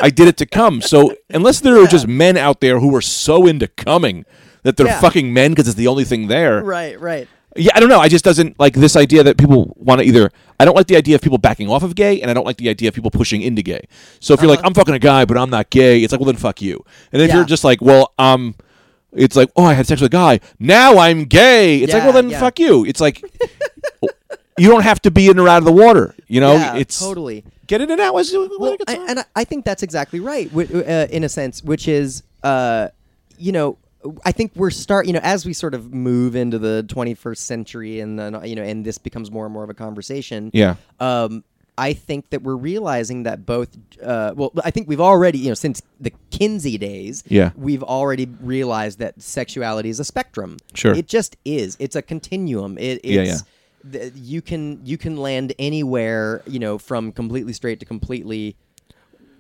I did it to cum. So unless there are just men out there who are so into coming that they're
Yeah.
fucking men because it's the only thing there.
right right
Yeah, I don't know. I just doesn't like this idea that people want to either. I don't like the idea of people backing off of gay, and I don't like the idea of people pushing into gay. So if you're like, I'm fucking a guy, but I'm not gay, it's like, well, then fuck you. And if
Uh-huh. Yeah.
you're just like, well, um, it's like, oh, I had sex with a guy, now I'm gay. It's like,
Yeah,
well, then
yeah.
fuck you. It's like, you don't have to be in or out of the water. You know,
yeah,
Oh, it's
totally
get in and out as well,
well, I, and I, I think that's exactly right, wi- uh, in a sense, which is, uh, you know, I think we're start, you know, as we sort of move into the 21st century, and then uh, you know, and this becomes more and more of a conversation.
Yeah.
Um, I think that we're realizing that both. Uh, well, I think we've already, you know, since the Kinsey days,
Yeah.
we've already realized that sexuality is a spectrum.
Sure.
It just is. It's a continuum. It, it's,
Yeah, yeah.
th- you can you can land anywhere you know from completely straight to completely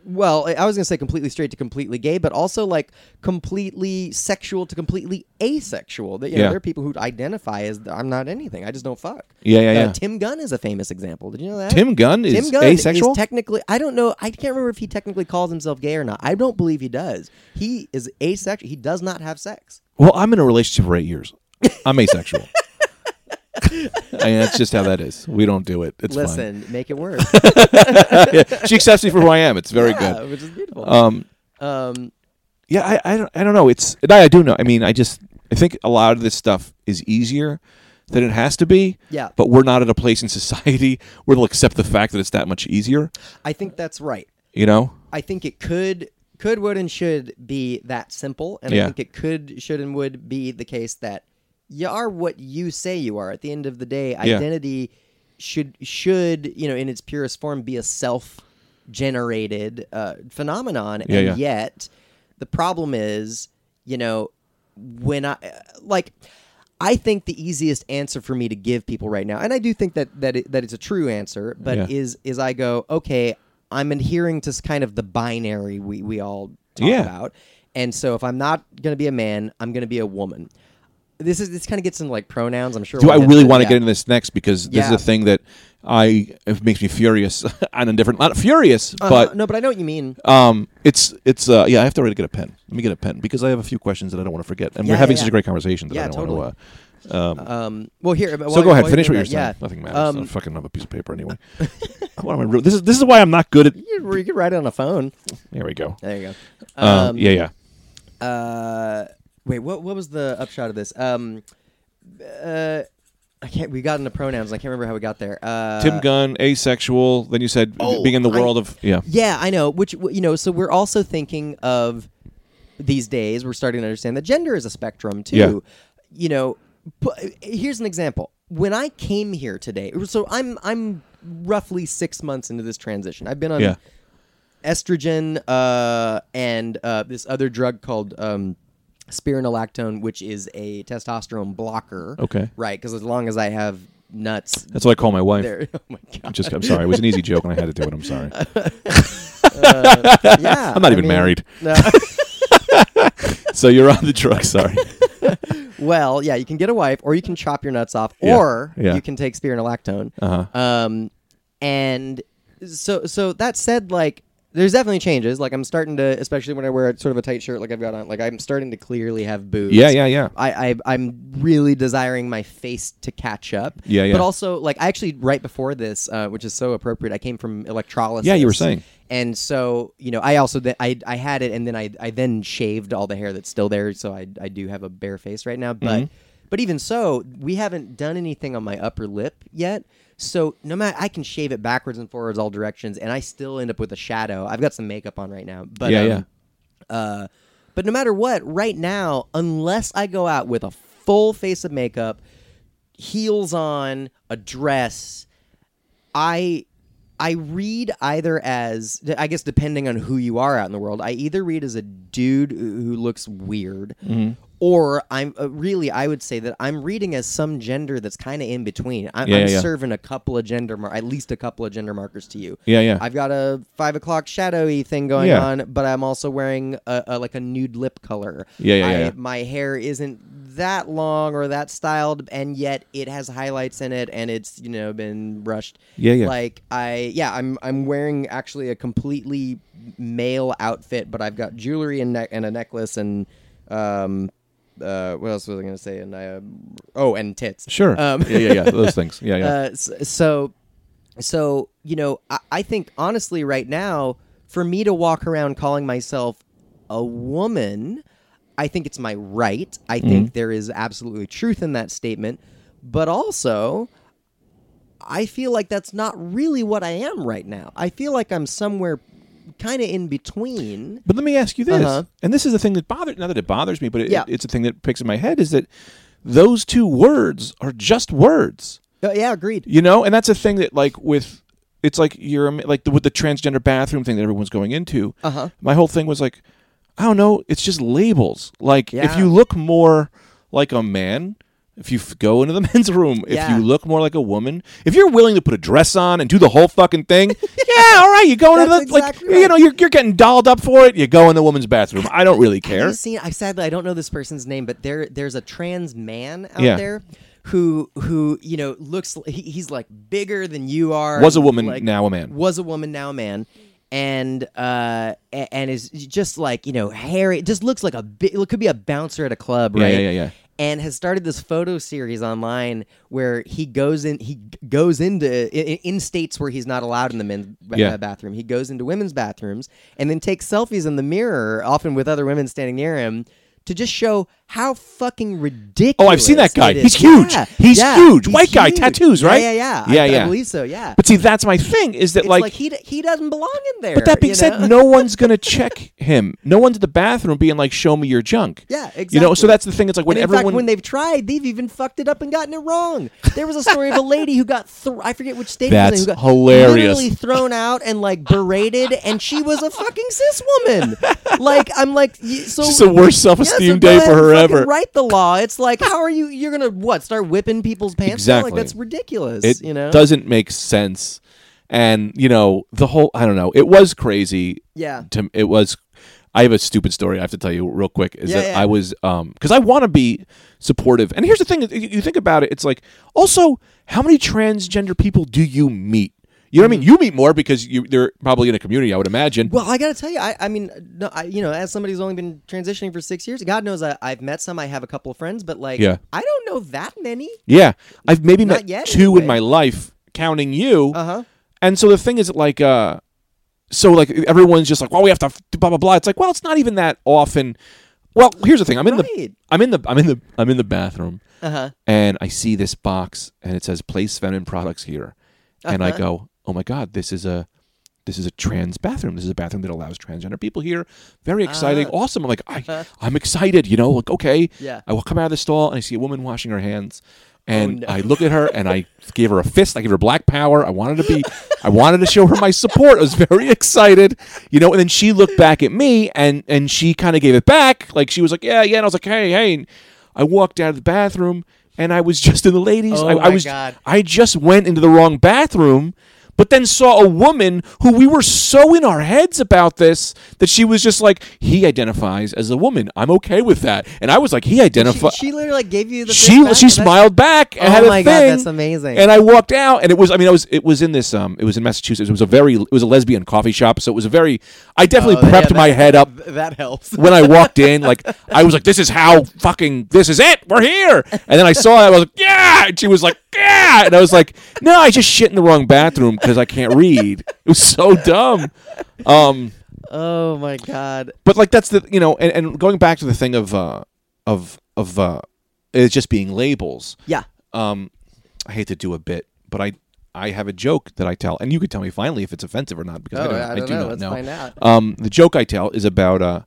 well i I was going to say completely straight to completely gay but also like completely sexual to completely asexual that you know,
Yeah.
there are people who identify as i'm not anything i just don't fuck Uh,
Yeah, yeah, yeah.
tim gunn is a famous example did you know that
Tim Gunn is
Tim Gunn
asexual?
is technically i don't know i can't remember if he technically calls himself gay or not i don't believe he does he is asexual he does not have sex
Well, I'm in a relationship for eight years. I'm asexual. I mean, that's just how that is. We don't do it. It's fine.
listen make it work
yeah, she accepts me for who I am. It's very
yeah,
good.
which is beautiful
Um,
um
yeah, I, I don't, I don't know. It's and I, I do know. I mean, I just, I think a lot of this stuff is easier than it has to be.
Yeah.
But we're not at a place in society where they'll accept the fact that it's that much easier.
I think that's right.
You know?
I think it could could would and should be that simple, and I
Yeah.
think it could should and would be the case that you are what you say you are. At the end of the day,
Yeah.
identity should should you know in its purest form be a self generated uh, phenomenon,
Yeah,
and
yeah.
yet the problem is you know when I like. I think the easiest answer for me to give people right now, and I do think that that it, that it's a true answer, but
Yeah.
is is I go, okay, I'm adhering to s- kind of the binary we, we all talk
Yeah.
about. And so if I'm not going to be a man, I'm going to be a woman. This is this kind of gets into like pronouns. I'm sure.
Do I
we'll hit
really
the-
want to
yeah.
get into this next? Because this
Yeah.
is a thing that I it makes me furious on a different not furious,
Uh-huh.
but
no, but I know what you mean.
Um, it's it's uh, yeah. I have to already get a pen. Let me get a pen because I have a few questions that I don't want to forget, and
Yeah,
we're having
yeah,
such
yeah.
a great conversation that
Yeah,
I don't
totally.
want to. Uh, um,
Um, well, here.
so go ahead,
while
finish what you're
you're doing that,
saying. Nothing matters. I
Um,
fucking have a piece of paper anyway. what am I? ru- This is this is why I'm not good at.
Yeah, you, you could write it on a phone.
There we go.
There you go.
Um, yeah, yeah.
uh, wait, what what was the upshot of this? Um, uh, I can't. We got into pronouns. I can't remember how we got there. Uh,
Tim Gunn, asexual. Then you said
oh,
being in the
I-
world of yeah.
Yeah, I know. Which you know, so we're also thinking of these days. We're starting to understand that gender is a spectrum too.
Yeah.
You know, pu- here's an example. When I came here today, so I'm I'm roughly six months into this transition. I've been on
Yeah.
estrogen uh, and uh, this other drug called um, spironolactone, which is a testosterone blocker.
Okay.
Right, because as long as I have nuts,
That's what I call my wife.
there. Oh my god.
Just I'm sorry. It was an easy joke, and I had to do it. I'm sorry.
Uh, yeah,
I'm not
I
even
mean,
married.
No.
So you're on the drug. Sorry.
well, yeah, you can get a wife, or you can chop your nuts off,
Yeah,
or
yeah.
you can take spironolactone.
Uh-huh.
Um, and so, so that said, like, there's definitely changes. Like, I'm starting to, especially when I wear sort of a tight shirt, like I've got on. Like, I'm starting to clearly have boobs.
Yeah, yeah, yeah.
I, I I'm really desiring my face to catch up.
Yeah, yeah.
But also, like, I actually right before this, uh, which is so appropriate, I came from electrolysis.
Yeah, you were saying.
And so, you know, I also th- I I had it, and then I I then shaved all the hair that's still there, so I I do have a bare face right now. But
Mm-hmm.
but even so, we haven't done anything on my upper lip yet. So no matter, I can shave it backwards and forwards all directions, and I still end up with a shadow. I've got some makeup on right now, but
Yeah,
um,
yeah.
uh, but no matter what, right now, unless I go out with a full face of makeup, heels on, a dress, I I read either as I guess depending on who you are out in the world, I either read as a dude who looks weird,
Mm-hmm.
or I'm uh, really I would say that I'm reading as some gender that's kind of in between. I,
Yeah,
I'm
yeah.
serving a couple of gender, mar- at least a couple of gender markers to you.
Yeah, yeah.
I've got a five o'clock shadowy thing going
Yeah.
on, but I'm also wearing a, a like a nude lip color.
Yeah, yeah,
I-
yeah.
My hair isn't that long or that styled, and yet it has highlights in it, and it's you know been brushed.
Yeah, yeah.
Like I, yeah, I'm I'm wearing actually a completely male outfit, but I've got jewelry and ne- and a necklace and um. Uh, what else was I gonna say? And I, uh, oh, and tits.
Sure.
Um,
yeah, yeah, yeah. Those things. Yeah, yeah.
uh, s- so, so you know, I, I think honestly, right now, for me to walk around calling myself a woman, I think it's my right. I think there is absolutely truth in that statement, but also. I feel like that's not really what I am right now. I feel like I'm somewhere kind of in between.
But let me ask you this,
Uh-huh.
and this is the thing that bothers. Not that it bothers me, but it,
Yeah.
it's a thing that picks in my head is that those two words are just words,
Uh, yeah, agreed.
you know. And that's a thing that, like, with it's like you're like the, with the transgender bathroom thing that everyone's going into.
Uh-huh.
My whole thing was like, I don't know. It's just labels. Like, if
Yeah.
you look more like a man. If you f- go into the men's room, if
Yeah.
you look more like a woman, if you're willing to put a dress on and do the whole fucking thing, yeah, all right, you go into the
That's exactly
like, you
right.
know, you're, you're getting dolled up for it. You go in the woman's bathroom. I don't really
Have
care.
you seen? I sadly I don't know this person's name, but there there's a trans man out
Yeah.
there who who you know looks he, he's like bigger than you are.
Was a woman,
like,
now a man.
Was a woman now a man. And uh a- and is just like you know hairy, just looks like a big, could be a bouncer at a club,
Yeah,
right?
yeah, yeah, yeah.
And has started this photo series online where he goes in, he g- goes into in, in states where he's not allowed in the men's ba-
Yeah.
bathroom. He goes into women's bathrooms and then takes selfies in the mirror, often with other women standing near him, to just show how fucking ridiculous.
Oh, I've seen that guy.
it is.
He's huge.
Yeah.
He's
Yeah.
huge.
He's
White guy,
huge.
tattoos,
Yeah,
right?
Yeah, yeah,
Yeah,
I,
yeah.
I believe so. Yeah.
But see, that's my thing is that
it's like,
like,
he d- he doesn't belong in there.
but that being
you
said,
know?
no one's gonna check him. No one's at the bathroom being like, "Show me your junk."
Yeah,
You know, so
exactly.
that's the thing. It's like when
And in
everyone
fact, when they've tried, they've even fucked it up and gotten it wrong. There was a story of a lady who got thr I forget which state it was in,
That's
who got
hilarious.
literally thrown out and like berated, and she was a fucking cis woman. Like I'm like y- so.
it's the worst
yeah, so
self-esteem
go
day
ahead
for
and
her
fucking
ever.
Write the law. It's like how are you? You're gonna what? Start whipping people's pants? down?
Exactly.
Like that's ridiculous.
It
you know.
doesn't make sense. And you know, the whole I don't know. It was crazy.
Yeah.
To, it was. I have a stupid story I have to tell you real quick. Is
Yeah,
that
yeah.
I was um because I want to be supportive. And here's the thing: you you think about it. It's like also how many transgender people do you meet? You know what I mean?
Mm-hmm.
You meet more because you they're probably in a community. I would imagine.
Well, I gotta tell you, I, I mean, no, I, you know, as somebody who's only been transitioning for six years, God knows I, I've met some. I have a couple of friends, but like,
Yeah.
I don't know that many.
Yeah, I've maybe
Not
met
yet,
two in
anyway.
my life, counting you.
Uh-huh.
And so the thing is, like, uh, so like everyone's just like, well, we have to f- blah blah blah. It's like, well, it's not even that often. Well, here's the thing. I'm in
Right.
the, I'm in the, I'm in the, I'm in the bathroom,
Uh huh.
and I see this box, and it says "Place Feminine Products Here," and
Uh-huh.
I go, oh my god, this is a. This is a trans bathroom. This is a bathroom that allows transgender people here. Very exciting, awesome. I'm like, I, I'm excited. You know, like okay,
Ah. Uh-huh. Yeah.
I will come out of the stall and I see a woman washing her hands, and
Oh, no.
I look at her and I gave her a fist. I gave her black power. I wanted to be, I wanted to show her my support. I was very excited, you know. And then she looked back at me and and she kind of gave it back, like she was like, yeah, yeah. And I was like, hey, hey. And I walked out of the bathroom and I was just in the ladies.
Oh
I, I
my
was,
God.
I just went into the wrong bathroom. but then saw a woman who we were so in our heads about this that she was just like, he identifies as a woman. I'm okay with that. And I was like, he
She,
identifies.
she literally like gave you the.
She
fist back,
she
and that's-
smiled back and
Oh
had a
my God,
thing,
that's amazing.
And I walked out, and it was I mean I was it was in this um it was in Massachusetts. It was a very it was a lesbian coffee shop, so it was a very I definitely
Oh, yeah,
prepped my
that-
head up
th- That helps.
when I walked in, like I was like, "This is how fucking this is it. We're here." And then I saw it. I was like, "Yeah," and she was like, "Yeah," and I was like, "No, I just shit in the wrong bathroom because I can't read." It was so dumb. Um,
Oh my god.
but like that's the you know, and, and going back to the thing of uh, of of uh, it just being labels.
Yeah.
Um, I hate to do a bit, but I I have a joke that I tell, and you could tell me finally if it's offensive or not because I,
Oh,
don't,
I don't
do
know.
not
Let's
know.
find out.
Um, the joke I tell is about uh,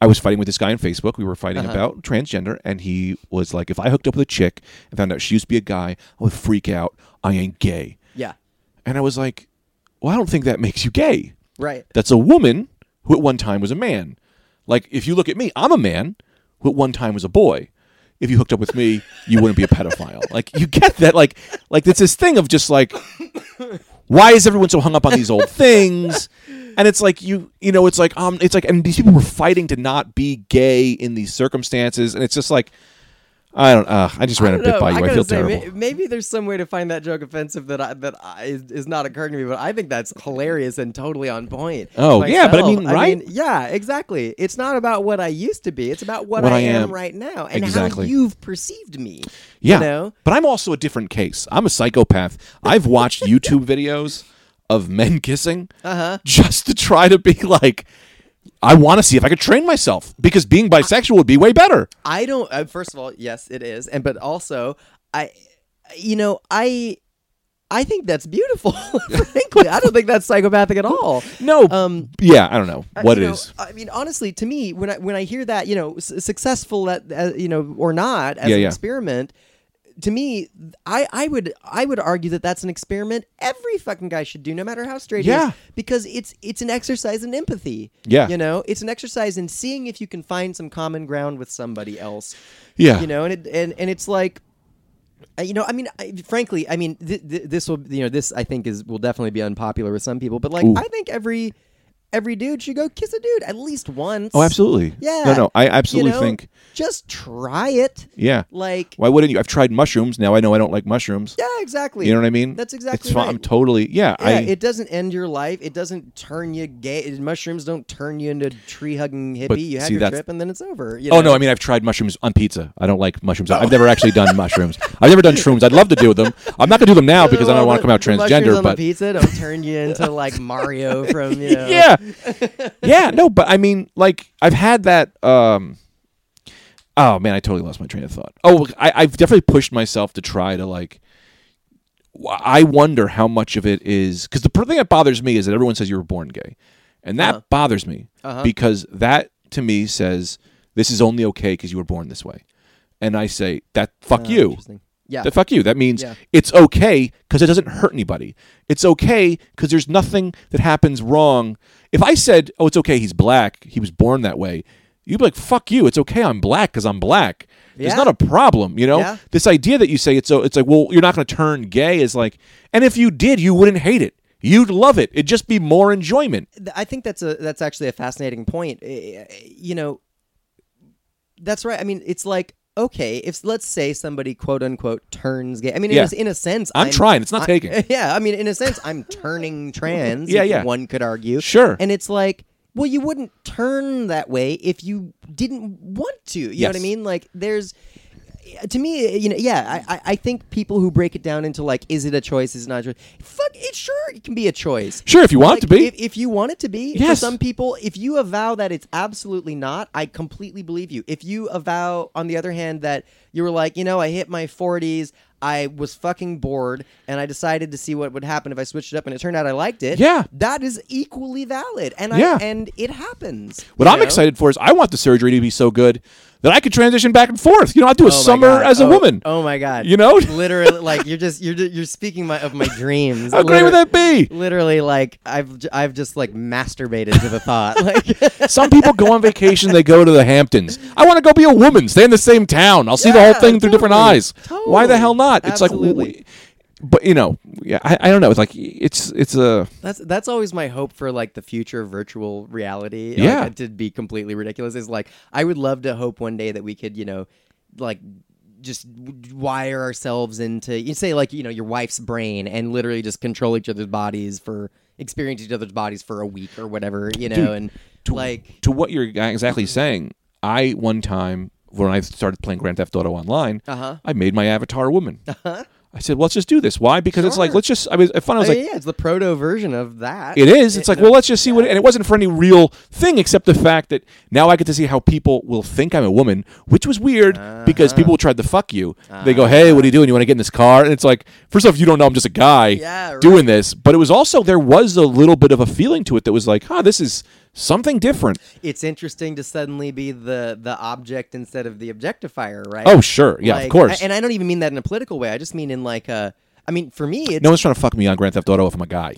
I was fighting with this guy on Facebook. We were fighting
Uh-huh.
about transgender, and he was like, "If I hooked up with a chick and found out she used to be a guy, I would freak out. I ain't gay."
Yeah.
And I was like, "Well, I don't think that makes you gay.
Right.
That's a woman who at one time was a man. Like if you look at me, I'm a man who at one time was a boy." If you hooked up with me, you wouldn't be a pedophile. Like you get that? Like, like it's this thing of just like why is everyone so hung up on these old things? And it's like you, you know, it's like um, it's like, and these people were fighting to not be gay in these circumstances, and it's just like, I don't, uh, I just ran a bit
No,
by
I
you. I,
gotta
feel
say,
terrible.
may- maybe there's some way to find that joke offensive that I, that I, is, is not occurring to me, but I think that's hilarious and totally on point.
Oh, yeah, but I
myself.
mean, right?
yeah, exactly. It's not about what I used to be; it's about what, I, am, right now and
Exactly.
how you've perceived me.
yeah,
you know?
but I'm also a different case. I'm a psychopath. I've watched YouTube videos of men kissing
Uh-huh.
just to try to be like, I want to see if I could train myself because being bisexual would be way better.
I don't. Uh, first of all, yes, it is, and but also, I, you know, I, I think that's beautiful. Frankly, I don't think that's psychopathic at all.
No,
Um,
yeah, I don't know what
you know,
is.
I mean, honestly, to me, when I when I hear that, you know, s- successful at uh, you know or not as
Yeah,
an
yeah.
experiment, to me, I I would I would argue that that's an experiment every fucking guy should do, no matter how straight. he is,
Yeah.
because it's it's an exercise in empathy.
Yeah.
you know, it's an exercise in seeing if you can find some common ground with somebody else
Yeah,
you know and it and, and it's like uh, you know i mean I, frankly i mean th- th- this will you know this i think is will definitely be unpopular with some people but like i think every every dude should go kiss a dude at least once
Oh, absolutely.
yeah
No, no, I
you
absolutely
know?
think.
just try it
Yeah.
like
Why wouldn't you? I've tried mushrooms. Now I know I don't like mushrooms.
yeah exactly
You know what I mean?
that's
It's
exactly
fine.
right.
I'm totally. Yeah. I.
yeah, it doesn't end your life. It doesn't turn you gay. Mushrooms don't turn you into tree hugging hippie. you have
see,
your
that's-
trip and then it's over. you
oh
know? Oh.
no! I mean, I've tried mushrooms on pizza. I don't like mushrooms. I've never actually done mushrooms. I've never done shrooms. I'd love to do them. I'm not gonna do them now because I
Well,
don't want to
the-
come out
the mushrooms
transgender.
on the
But
pizza don't turn you into like Mario from you know.
yeah, yeah. No, but I mean, like, I've had that. um Oh man, I totally lost my train of thought. Oh, look, I, I've definitely pushed myself to try to like. w- I wonder how much of it is because the per- thing that bothers me is that everyone says you were born gay, and
Uh-huh.
that bothers me because that to me says this is only okay because you were born this way, and I say that fuck you.
Oh, Interesting. Yeah.
That fuck you. That means
Yeah.
it's okay because it doesn't hurt anybody. It's okay because there's nothing that happens wrong. If I said, "Oh, it's okay, he's black. He was born that way," you'd be like, "Fuck you. It's okay. I'm black because I'm black." There's
Yeah.
not a problem, you know.
Yeah.
This idea that you say it's so, it's like, well, you're not going to turn gay is like, and if you did, you wouldn't hate it. You'd love it. It'd just be more enjoyment.
Th- I think that's a that's actually a fascinating point. Eh, eh, You know, that's right. I mean, it's like okay, if let's say somebody quote unquote turns gay. I mean,
Yeah.
in, a, in a sense,
I'm trying. It's not
I-
taking.
Yeah, I mean, in a sense, I'm turning trans.
Yeah,
if
yeah.
One could argue.
Sure.
And it's like. Well, you wouldn't turn that way if you didn't want to. You know what I
Yes.
mean? Like, there's, eh, to me, you know, yeah, I, I- I think people who break it down into like, is it a choice? Is it not a choice? Fuck it, sure, it can be a choice.
Sure, if you want
Like,
it to be.
If, if you want it to be, for
Yes.
some people, if you avow that it's absolutely not, I completely believe you. If you avow, on the other hand, that you were like, you know, I hit my 40s, I was fucking bored, and I decided to see what would happen if I switched it up, and it turned out I liked it.
Yeah.
that is equally valid, and
Yeah.
I and it happens.
What
you
I'm
know?
excited for is I want the surgery to be so good that I could transition back and forth. You know, I do a
Oh my
summer
God.
as a
Oh-
woman.
Oh my god!
You know?
literally, like you're just you're you're speaking my of my dreams.
How great would
Liter-
that be?
Literally, like I've j- I've just like masturbated to the thought. Like,
Some people go on vacation, they go to the Hamptons. I want to go be a woman, stay in the same town. I'll see the whole
Yeah,
thing through different
totally,
eyes. Why the hell not? It's like,
Absolutely.
w- but you know, yeah, I, I don't know. It's like it's it's a
That's that's always my hope for like the future of virtual reality.
Yeah.
like, to be completely ridiculous is like I would love to hope one day that we could you know, like just wire ourselves into you say like you know your wife's brain and literally just control each other's bodies for experience each other's bodies for a week or whatever you know and like
to what you're exactly saying. I one time when I started playing Grand Theft Auto Online,
Uh-huh.
I made my avatar a woman. Uh-huh. I said, well, let's just do this. Why? Because it's like
Sure.
let's just. I was at fun. I was
oh,
like,
yeah, it's the proto version of that.
It is. It's like, well, let's just see what. And it wasn't for any real thing except the fact that now I get to see how people will think I'm a woman, which was weird
Uh-huh.
because people tried to fuck you. They go, hey, what are you doing? You want to get in this car? And it's like, first off, you don't know I'm just a guy
Yeah, right.
doing this. But it was also, there was a little bit of a feeling to it that was like, huh, this is something different.
It's interesting to suddenly be the the object instead of the objectifier, right?
Oh, sure. Yeah,
Like,
of course.
And I don't even mean that in a political way. I just mean in like a. I mean, for me, it's
no one's trying to fuck me on Grand Theft Auto if I'm a guy.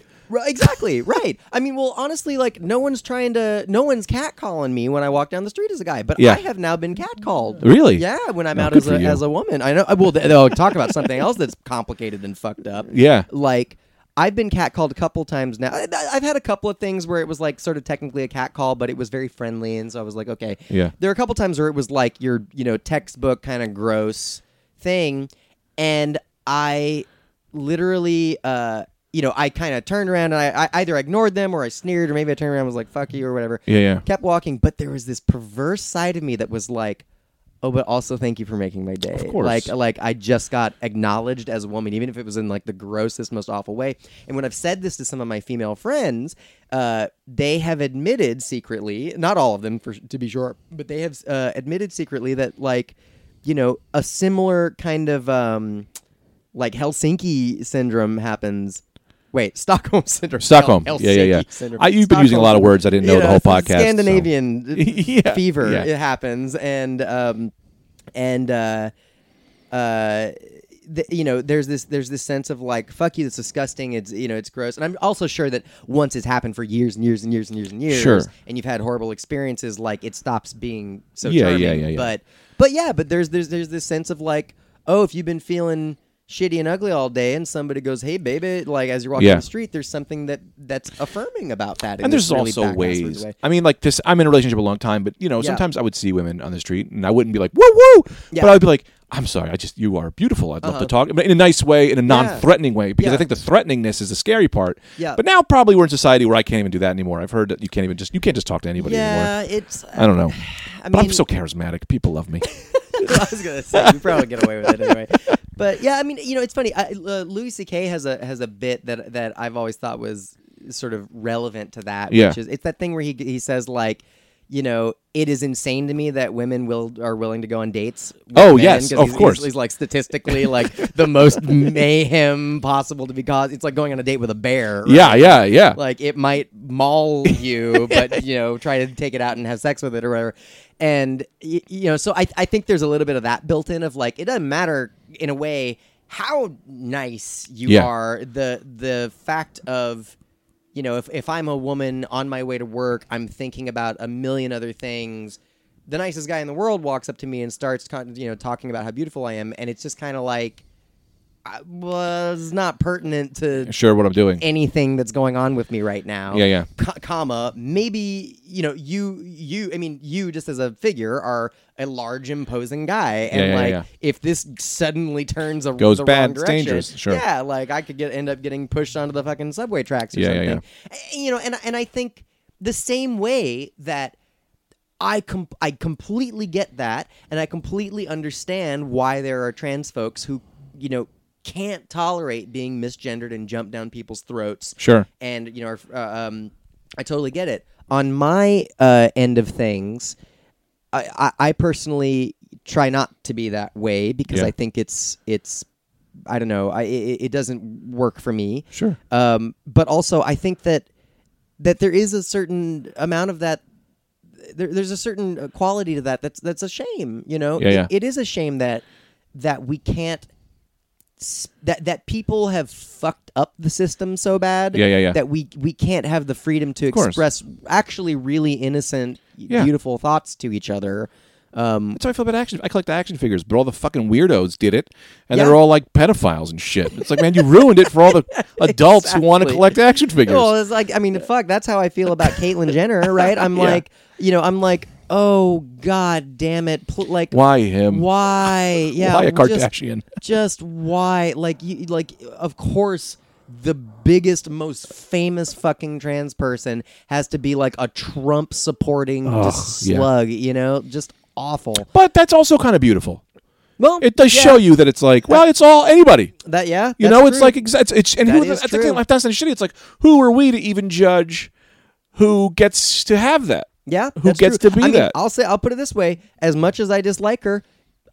Right, exactly right. I mean, well, honestly, like no one's trying to, no one's catcalling me when I walk down the street as a guy, but
Yeah.
I have now been catcalled.
Really?
Yeah, when I'm
No,
out
good
as
for
a,
you.
as a woman, I know. uh, Well, th- though, talk about something else that's complicated and fucked up.
Yeah.
like I've been catcalled a couple times now. I, I- I've had a couple of things where it was like sort of technically a catcall, but it was very friendly, and so I was like, okay.
Yeah.
There were a couple times where it was like your you know textbook kind of gross thing, and I literally. uh you know, I kind of turned around and I, I either ignored them or I sneered or maybe I turned around and was like, fuck you or whatever.
Yeah, yeah.
Kept walking, but there was this perverse side of me that was like, oh, but also thank you for making my day. Of
course.
Like, like I just got acknowledged as a woman, even if it was in like the grossest, most awful way. And when I've said this to some of my female friends, uh, they have admitted secretly, not all of them for to be sure, but they have uh, admitted secretly that like, you know, a similar kind of um, like Helsinki syndrome happens. Wait, Stockholm syndrome.
Stockholm.
Hel-
Yeah, yeah, yeah.
Helsinki syndrome.
I- you've been using a lot of
Stockholm.
words I didn't know
You
the whole
it's a
podcast, so-
Scandinavian
Yeah,
fever.
yeah.
It happens, and um, and uh, uh, th- you know, there's this there's this sense of like, fuck you, that's disgusting. It's you know, it's gross. And I'm also sure that once it's happened for years and years and years and years and years,
Sure.
and you've had horrible experiences, like it stops being so
Yeah,
charming.
yeah, yeah, yeah.
But but yeah, but there's there's there's this sense of like, oh, if you've been feeling shitty and ugly all day and somebody goes hey baby like as you're walking
Yeah.
down the street there's something that that's affirming about that in
and
this
there's
really
also
back-ass
ways.
way.
I mean, like this. I'm in a relationship a long time, but you know,
Yeah.
sometimes I would see women on the street, and I wouldn't be like, "Whoa, whoa!" But
Yeah. Uh-huh.
I would be like, "I'm sorry, I just you are beautiful. I'd love to talk," but in a nice way, in a non-threatening way, because I
Yeah.
think the threateningness is the scary part.
Yeah.
But now probably we're in society where I can't even do that anymore. I've heard that you can't even just you can't just talk to anybody anymore.
yeah it's uh,
I don't know.
I
but I'm
mean-
so charismatic. People love me.
I was gonna say you probably get away with it anyway. But yeah, I mean, you know, it's funny. I, uh, Louis C.K. has a has a bit that that I've always thought was sort of relevant to that.
Yeah.
which is it's that thing where he he says like. You know, it is insane to me that women will are willing to go on dates. with
Oh,
men,
yes,
'cause
of
he's-
course.
He's, he's like statistically like the most mayhem possible to be caused. It's like going on a date with a bear. right?
yeah, yeah, yeah.
like it might maul you but you know try to take it out and have sex with it or whatever and y- you know so I, I think there's a little bit of that built in of like it doesn't matter in a way how nice you
Yeah.
are the the fact of you know if, if i'm a woman on my way to work i'm thinking about a million other things the nicest guy in the world walks up to me and starts con- you know talking about how beautiful i am and it's just kind of like I was not pertinent to
sure, what I'm doing.
anything that's going on with me right now.
Yeah, yeah.
Co- comma, maybe you know you you I mean you just as a figure are a large imposing guy, and
Yeah, yeah,
like
yeah.
if this suddenly turns a
Goes
the
bad,
wrong
it's
direction,
dangerous, sure.
yeah, like I could get end up getting pushed onto the fucking subway tracks or
Yeah, yeah,
something. A- You know, and and I think the same way that. I com- I completely get that, and I completely understand why there are trans folks who, you know, can't tolerate being misgendered and jumped down people's throats.
Sure.
And you know, are, uh, um, I totally get it. On my uh, end of things, I, I, I personally try not to be that way because
Yeah.
I think it's it's I don't know I it, it doesn't work for me.
Sure.
Um, but also I think that that there is a certain amount of that. There, there's a certain uh, quality to that that's that's a shame. You know,
Yeah,
It-
yeah.
it is a shame that that we can't s- that that people have fucked up the system so bad
Yeah, yeah, yeah.
that we we can't have the freedom to
course.
express actually really innocent y-
Yeah.
beautiful thoughts to each other Um,
That's how I feel about action. I collect action figures, but all the fucking weirdos did it, and
Yeah.
they're all like pedophiles and shit. It's like, man, you ruined it for all the adults who want to
Exactly. Oh,
collect action figures.
well, it's like I mean, fuck. That's how I feel about Caitlyn Jenner, right? I'm like, you know, I'm like, oh god, damn it, pl- like
why him?
why? Yeah,
why a
well, just-
Kardashian?
just why like you like of course the biggest most famous fucking trans person has to be like a trump supporting
yeah.
slug you know just awful
But that's also kind of beautiful.
well
It does
yeah,
show you that it's like, well, it's all anybody.
that yeah
You
that's
know, it's
true.
like exa- it's, it's and who
That is
that's the thing,
true.
like, that's not shitty. It's like who are we to even judge who gets to have that?
yeah
who
that's
gets
true.
to be
I mean,
that?
i'll say i'll put it this way as much as i dislike her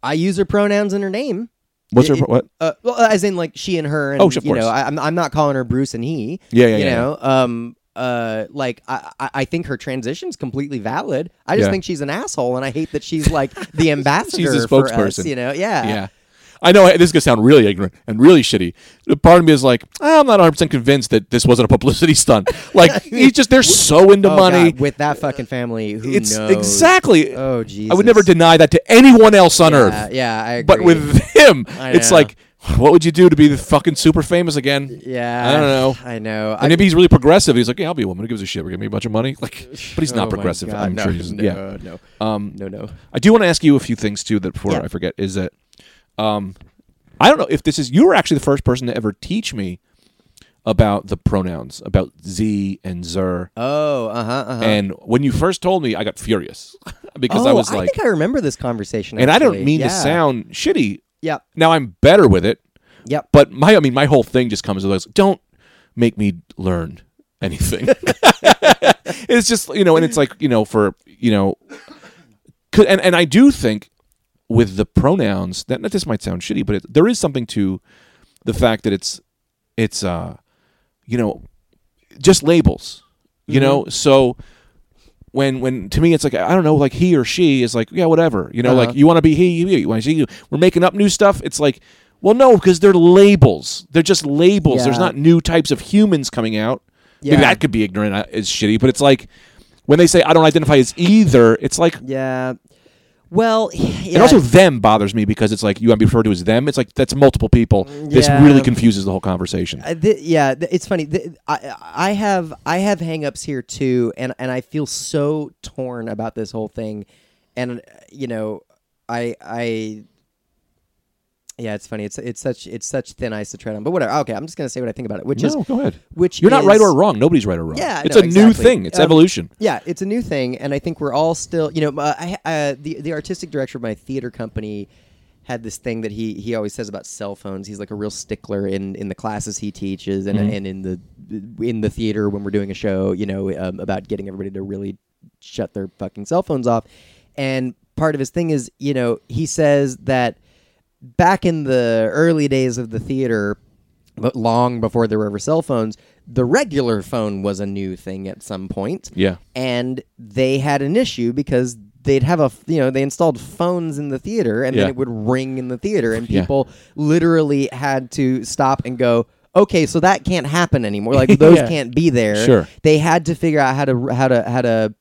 i use her pronouns in her name
What's her
It-
pro- what?
uh, well, as in like she and her. And,
Oh, of
you
course.
know, I, I'm I'm not calling her Bruce and he.
Yeah, yeah,
You
yeah, yeah.
know, um, uh, like I, I I think her transition's completely valid. I just
Yeah.
think she's an asshole, and I hate that she's like the ambassador. For us,
spokesperson.
you know, yeah,
Yeah. I know this is going to sound really ignorant and really shitty. The Part of me is like, "Ah, I'm not 100% convinced that this wasn't a publicity stunt. Like, he's just, they're so into
Oh,
money.
God, with that fucking family. Who
it's
knows?
exactly.
Oh,
I would never
Jesus.
deny that to anyone else on
Yeah,
earth.
yeah, I agree.
But with him,
I
it's
know.
like, what would you do to be the fucking super famous again?
yeah,
I don't know.
I know.
And maybe he's really progressive. He's like, yeah, I'll be a woman. Who gives a shit? We're gonna make a bunch of money. Like, but he's not
Oh my
progressive.
God,
I'm
no,
sure he's
no,
yeah.
no,
Um,
no, no.
I do want to ask you a few things too. That before
Yeah.
I forget is that um, I don't know if this is you were actually the first person to ever teach me about the pronouns about z and zer.
Oh, uh huh, uh huh.
And when you first told me, I got furious because
oh,
I was like,
think I remember this conversation.
and I don't
actually.
mean
yeah.
to sound shitty.
Yep,
Now I'm better with it,
yep.
but my I mean my whole thing just comes as don't make me learn anything. it's just you know, and it's like you know for you know, 'cause- and and I do think with the pronouns that that this might sound shitty, but it, there is something to the fact that it's it's uh you know just labels you
Mm-hmm.
know so when when to me it's like i don't know like he or she is like yeah whatever you know
Uh-huh.
like you want to be he you, you want to see you we're making up new stuff it's like well no because they're labels they're just labels there's
Yeah.
not new types of humans coming out
Yeah.
maybe that could be ignorant uh, is shitty but it's like when they say i don't identify as either it's like
Yeah. Well, yeah.
and also them bothers me because it's like you want to be referred to as them it's like that's multiple people this
Yeah.
really confuses the whole conversation
Uh, th- yeah, th- it's funny. Th- I, I have I have hangups here too, and and I feel so torn about this whole thing, and uh, you know, I I. Yeah, it's funny. It's it's such it's such thin ice to tread on. But whatever. Okay, I'm just gonna say what I think about it, which is
no go ahead
which
You're not right
is-
or wrong. Nobody's right or wrong.
Yeah, I
it's
know,
a new
exactly.
thing. It's
Um,
evolution.
Yeah, it's a new thing, and I think we're all still, you know, uh, I, uh, the the artistic director of my theater company had this thing that he he always says about cell phones. He's like a real stickler in in the classes he teaches, and and in the in the theater when we're doing a show, you know, um, about getting everybody to really shut their fucking cell phones off. And part of his thing is, you know, he says that back in the early days of the theater, but long before there were ever cell phones, the regular phone was a new thing at some point
Yeah.
and they had an issue because they'd have a f- you know they installed phones in the theater and
Yeah.
then it would ring in the theater and
Yeah.
people literally had to stop and go okay so that can't happen anymore like those
Yeah.
can't be there
Sure.
they had to figure out how to how to how to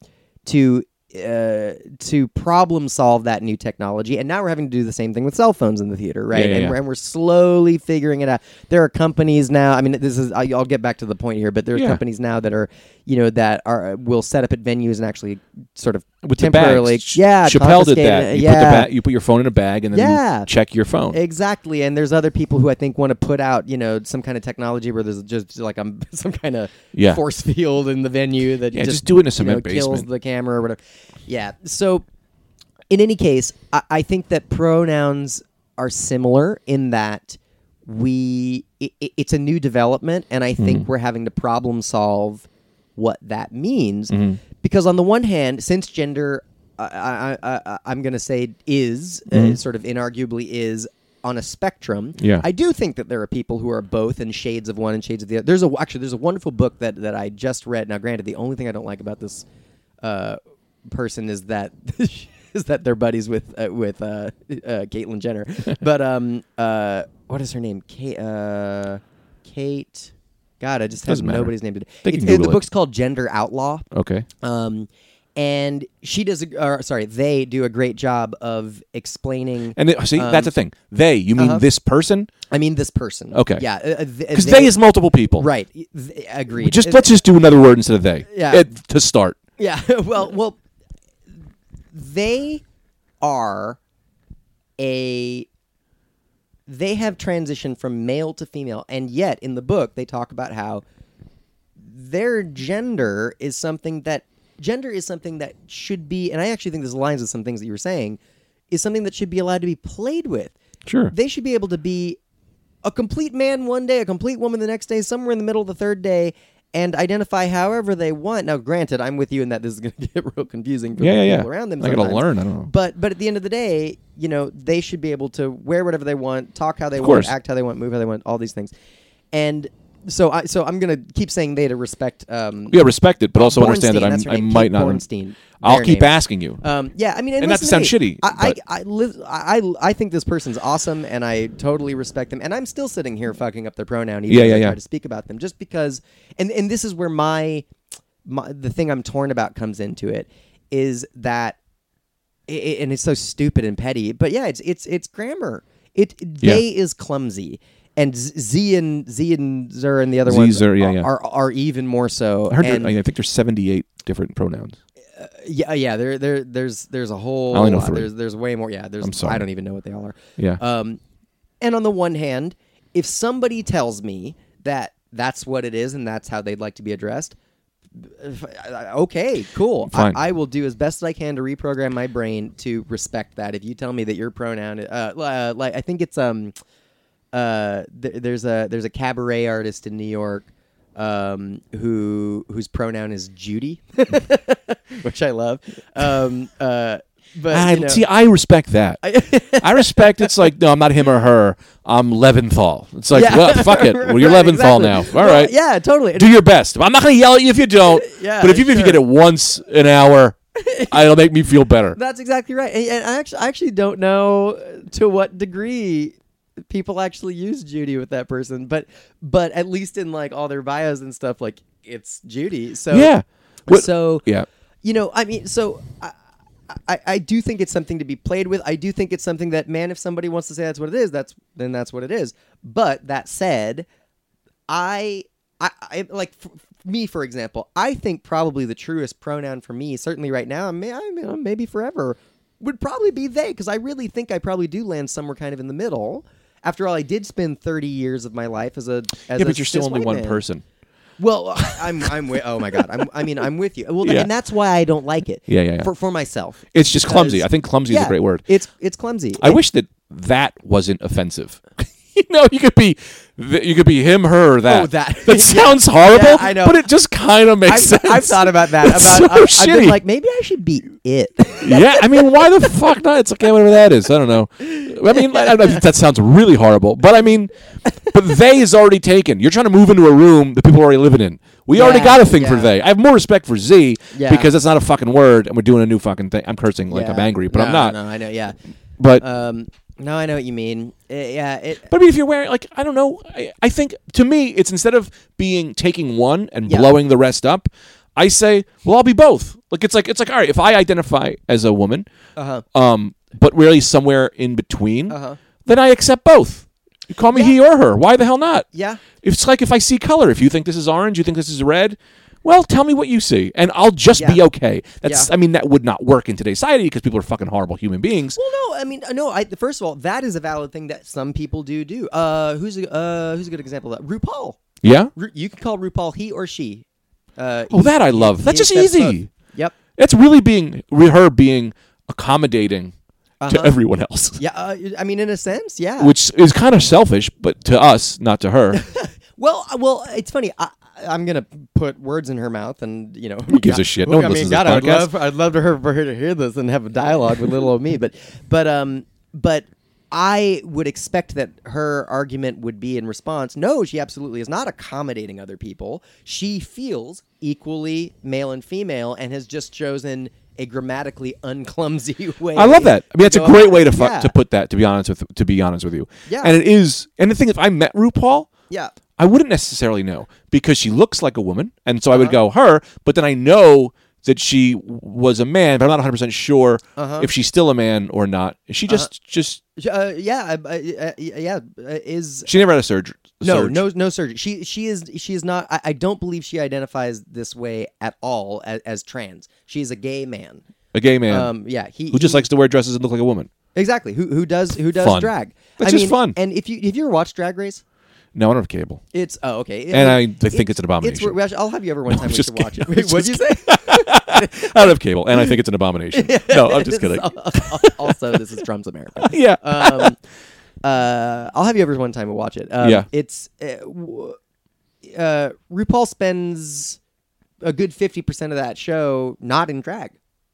to uh, to problem solve that new technology, and now we're having to do the same thing with cell phones in the theater, right?
Yeah, yeah,
and,
yeah.
We're, and we're slowly figuring it out. There are companies now. I mean, this is I, I'll get back to the point here, but there are
Yeah.
companies now that are you know that are will set up at venues and actually sort of
With
temporarily,
the bags. Ch-
yeah,
Chappelle did
confiscate
that.
it,
You,
yeah,
put the ba- you put your phone in a bag and then
Yeah.
you check your phone.
Exactly, and there's other people who I think want to put out, you know, some kind of technology where there's just like um, some kind of
Yeah.
force field in the venue that
Yeah,
just,
just do it in a
you
cement
know, kills
basement.
the camera or whatever. Yeah. So, in any case, I, I think that pronouns are similar in that we i i- it's a new development, and I think we're having to problem solve what that means because on the one hand, since gender, I, I, I, I, I'm going to say is uh, sort of inarguably is on a spectrum.
Yeah.
I do think that there are people who are both in shades of one and shades of the other. There's a actually there's a wonderful book that that I just read. Now, granted, the only thing I don't like about this uh, person is that is that they're buddies with uh, with uh, uh, Caitlyn Jenner. but um, uh, what is her name? Kate. Uh, Kate. God, I just have
Doesn't matter.
nobody's name. to-
They can Oh.
It's, it, the
Google it.
book's called Gender Outlaw.
Okay.
Um, and she does. A, or, sorry, they do a great job of explaining.
And it, see, that's
Um,
the thing. They, you
uh-huh.
mean this person?
I mean, this person.
Okay.
Yeah. uh,
Because
Because
they is multiple people.
right. Th- agreed.
Just
Uh,
let's just do another word instead of they.
Yeah.
It- to start.
Yeah. Well, well, they are a they have transitioned from male to female, and yet in the book they talk about how their gender is something that gender is something that should be, and I actually think this aligns with some things that you were saying, is something that should be allowed to be played with.
Sure.
They should be able to be a complete man one day, a complete woman the next day, somewhere in the middle of the third day, and identify however they want. Now, granted, I'm with you in that this is going to get real confusing for
Yeah,
the
yeah,
people
yeah.
around them.
I gotta
sometimes.
learn, I don't know.
But but at the end of the day, you know, they should be able to wear whatever they want, talk how they want,
course.
act how they want, move how they want, all these things. And so I so I'm going to keep saying they to respect. Um,
Yeah, respect it, but also understand
Bornstein,
that
that's her
I'm, I
name,
might
Kate
not.
Bornstein,
I'll
their
keep
name.
asking you.
Um, yeah, I mean, and,
And not to
listen
sound
me.
shitty,
I,
but-
I, I, live, I, I I think this person's awesome, and I totally respect them. And I'm still sitting here fucking up their pronoun, even
Yeah,
as
yeah,
I
yeah.
try to speak about them, just because. And and this is where my, my the thing I'm torn about comes into it, is that, i- i and it's so stupid and petty. But yeah, it's it's it's grammar. It
Yeah.
they is clumsy. And Z- Z and Z and Zer and the other ones
Zer, yeah,
are,
yeah.
are are even more so.
I, heard
and,
there- I think there's 78 different pronouns.
yeah, uh, yeah. There, there, there's, there's a whole.
I only know
lot.
three.
There's, there's way more. Yeah, there's.
I'm sorry.
I don't even know what they all are.
Yeah.
Um, and on the one hand, if somebody tells me that that's what it is and that's how they'd like to be addressed, if- uh, okay, cool.
Fine.
I, I will do as best I can to reprogram my brain to respect that. If you tell me that your pronoun, uh, li- uh, like I think it's um, uh, th- there's a there's a cabaret artist in New York. Um, who whose pronoun is Judy, which I love. Um, uh, but
I,
you know,
see, I respect that. I, respect it's like, no, I'm not him or her. I'm Leventhal. It's like,
Yeah.
well, fuck it. Well, you're
Right,
Leventhal
exactly.
now. All right.
Well, Yeah, totally.
Do your best. I'm not going to yell at you if you don't.
Yeah,
but if you, if you
sure.
get it once an hour, it'll make me feel better.
That's exactly right. And, and I actually, I actually don't know to what degree people actually use Judy with that person, but but at least in like all their bios and stuff, like it's Judy. So
yeah. What-
so
yeah.
you know, I mean, so. I, I, I do think it's something to be played with. I do think it's something that, man, if somebody wants to say that's what it is, that's then that's what it is. But that said, I, I, I like f- me for example. I think probably the truest pronoun for me, certainly right now, I may, I may- maybe forever, would probably be they, because I really think I probably do land somewhere kind of in the middle. After all, I did spend thirty years of my life as a as
Yeah,
a
but you're still
cis
only
white
one
man.
person.
Well, I- I'm I'm with, oh my god, I'm, I mean I'm with you. Well,
Yeah.
and that's why I don't like it.
Yeah, yeah, yeah.
For for myself,
It's just clumsy.
Because-
I think clumsy is
yeah,
a great word.
It's it's clumsy.
I wish that that wasn't offensive. you know, you could be, th- you could be him, her, or that.
Oh, that.
That
Yeah.
sounds horrible.
Yeah, I know.
But it just kind of makes
I've,
sense.
I've thought about that.
That's
about
so
I've, I've been
shitty.
like maybe I should be it.
yeah, I mean, why the fuck not? It's okay, whatever that is. I don't know. I mean, I, I, that sounds really horrible, but I mean, but they is already taken. You're trying to move into a room that people are already living in. We already
Yeah,
got a thing for
yeah.
they. I have more respect for Z
Yeah.
because that's not a fucking word, and we're doing a new fucking thing. I'm cursing like I'm
Yeah.
angry, but
No,
I'm not.
No, I know. Yeah.
But
Um. No, I know what you mean. Uh, yeah. It.
But I mean, if you're wearing, like, I don't know, I, I think to me, it's instead of being taking one and
Yeah.
blowing the rest up, I say, well, I'll be both. Like, it's like, it's like, all right, if I identify as a woman,
Uh-huh.
um, but really somewhere in between,
Uh-huh.
then I accept both. You call me he or her. Why the hell not?
Yeah.
It's like if I see color, if you think this is orange, you think this is red. Well, tell me what you see, and I'll just be
Yeah.
okay. That's,
Yeah.
I mean, that would not work in today's society because people are fucking horrible human beings.
Well, no. I mean, uh, no. I first of all, that is a valid thing that some people do do. Uh, who's a, uh, who's a good example? Of that? RuPaul.
Yeah.
Ru- you can call RuPaul he or she. Uh,
Oh, that I love. That's just
accepts
easy.
both. Yep.
It's really being re- her being accommodating
Uh-huh.
to everyone else,
Yeah. Uh, I mean, in a sense, yeah.
which is kind of selfish, but to us, not to her.
Well, uh, well, it's funny. I, I- I'm gonna put words in her mouth, and you know, who
gives a shit? No one
I
listens
mean,
to this
God, I'd
podcast.
love, I'd love to her, for her to hear this and have a dialogue with little old me. But, but, um, but I would expect that her argument would be in response. No, she absolutely is not accommodating other people. She feels equally male and female, and has just chosen a grammatically unclumsy way.
I love that. I mean, that's a
go
great
about
way to
it.
fu-
yeah.
to put that. To be honest with to be honest with you,
Yeah.
And it is. And the thing, if I met RuPaul,
Yeah. Uh-huh.
I wouldn't necessarily know because she looks like a woman, and so I would go her. But then I know that she w- was a man, but I'm not 100 percent sure
Uh-huh.
if she's still a man or not. She just just
Uh, yeah, I, I, I, yeah, uh, is
she never had a surgery.
no, no, no surgery. She she is she is not. I, I don't believe she identifies this way at all as, as trans. She is a gay man.
a gay man
Um, yeah, he
who just
he-
likes to wear dresses and look like a woman.
exactly who who does who does
Fun.
drag.
That's
I
just
mean,
fun.
And if you if you ever watched Drag Race,
No, I don't have cable.
it's oh okay. It-
And I- I
it-
think it's an abomination.
wor- I'll have you over one time. we
just
should watch it.
kidding. I'm
Wait, what'd you
just
say?
I don't have cable, and I think it's an abomination. No, I'm just
Oh.
kidding.
also, this is Trump's America.
Yeah,
um, uh, I'll have you over one time and watch it. Um,
Yeah.
it's uh, w- uh, RuPaul spends a good fifty percent of that show not in drag.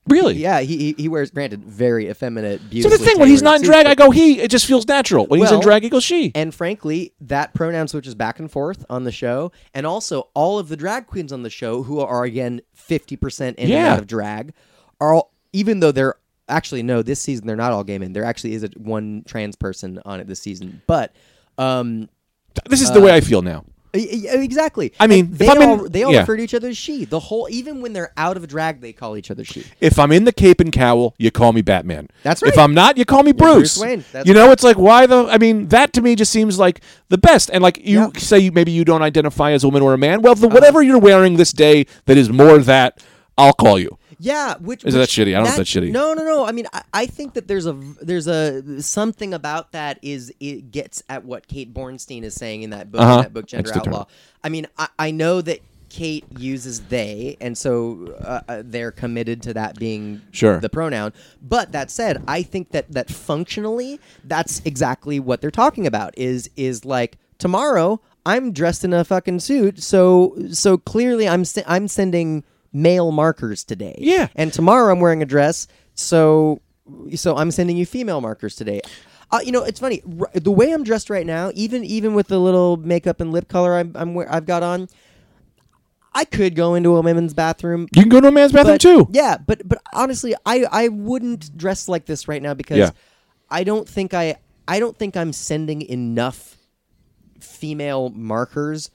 really.
Yeah, he he, he wears granted very effeminate,
So
beautifully.
the thing when he's not in
tailored
drag,
suits,
I go he. It just feels natural. When he's in
Well-
drag, he goes she.
but- and frankly, that pronoun switches back and forth on the show, and also all of the drag queens on the show who are again fifty percent in and
Yeah.
out of drag are all, even though they're actually no this season they're not all gay men. There actually is a one trans person on it this season, but. Um,
This is the way I feel now.
E- e- Exactly.
I mean,
And
if
they
I'm in-
all they all
yeah.
refer to each other as she. The whole even when they're out of drag, they call each other she.
If I'm in the cape and cowl, you call me Batman.
That's
If
right.
I'm not, you call me Bruce.
Bruce Wayne. That's
you know, it's like why the? I mean, that to me just seems like the best. And like you say, you- maybe you don't identify as a woman or a man. Well,
Uh-huh.
the, whatever you're wearing this day that is more that, I'll call you.
Yeah, which
Is that
which-
shitty? I don't know if that's shitty.
No, no, no. I mean, I, I think that there's a v- there's a something about that is it gets at what Kate Bornstein is saying in that book, in
Uh-huh.
that book, Gender
It's the term.
Outlaw. I mean, I, I know that Kate uses they, and so uh, uh, they're committed to that being
Sure.
the pronoun. But that said, I think that that functionally, that's exactly what they're talking about. Is is like tomorrow I'm dressed in a fucking suit, so so clearly I'm se- I'm sending male markers today.
Yeah.
and tomorrow I'm wearing a dress, so so I'm sending you female markers today. Uh, you know, it's funny r- the way I'm dressed right now. Even even with the little makeup and lip color I'm, I'm we- I've got on, I could go into a women's bathroom
You can go to a man's bathroom
but,
too.
Yeah, but but honestly, I I wouldn't dress like this right now because
Yeah.
I don't think I I don't think I'm sending enough female markers.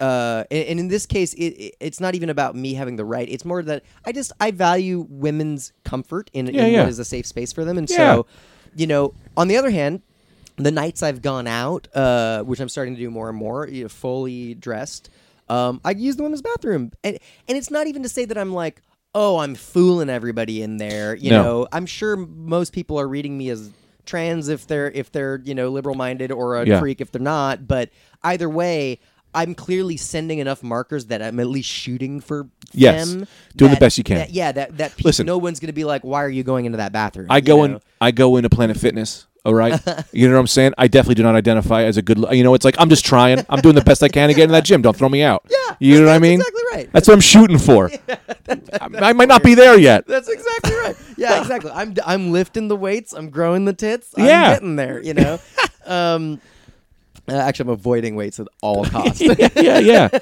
Uh, and, and in this case, it, it, it's not even about me having the right. It's more that I just I value women's comfort in,
Yeah,
in
yeah.
what is a safe space for them, and
Yeah.
so you know. On the other hand. The nights I've gone out, uh, which I'm starting to do more and more, you know, fully dressed, um, I use the women's bathroom, and and it's not even to say that I'm like, oh, I'm fooling everybody in there. You
No.
know, I'm sure most people are reading me as trans if they're if they're you know liberal minded or a
Yeah.
freak if they're not. But either way, I'm clearly sending enough markers that I'm at least shooting for
Yes.
them.
Doing the
that-
best you can.
that- yeah, that that pe-
Listen.
no one's gonna be like, why are you going into that bathroom?
I
you
go
know?
in. I go into Planet Fitness. All right, you know what I'm saying. I definitely do not identify as a good. You know, it's like I'm just trying. I'm doing the best I can to get in that gym. Don't throw me out. Yeah, you know what I mean.
exactly right.
That's what I'm shooting for. I, I might not be there yet.
That's exactly right. Yeah, exactly. I'm I'm lifting the weights. I'm growing the tits. I'm
Yeah.
getting there. You know. um, uh, actually, I'm avoiding weights at all costs.
yeah, yeah, yeah.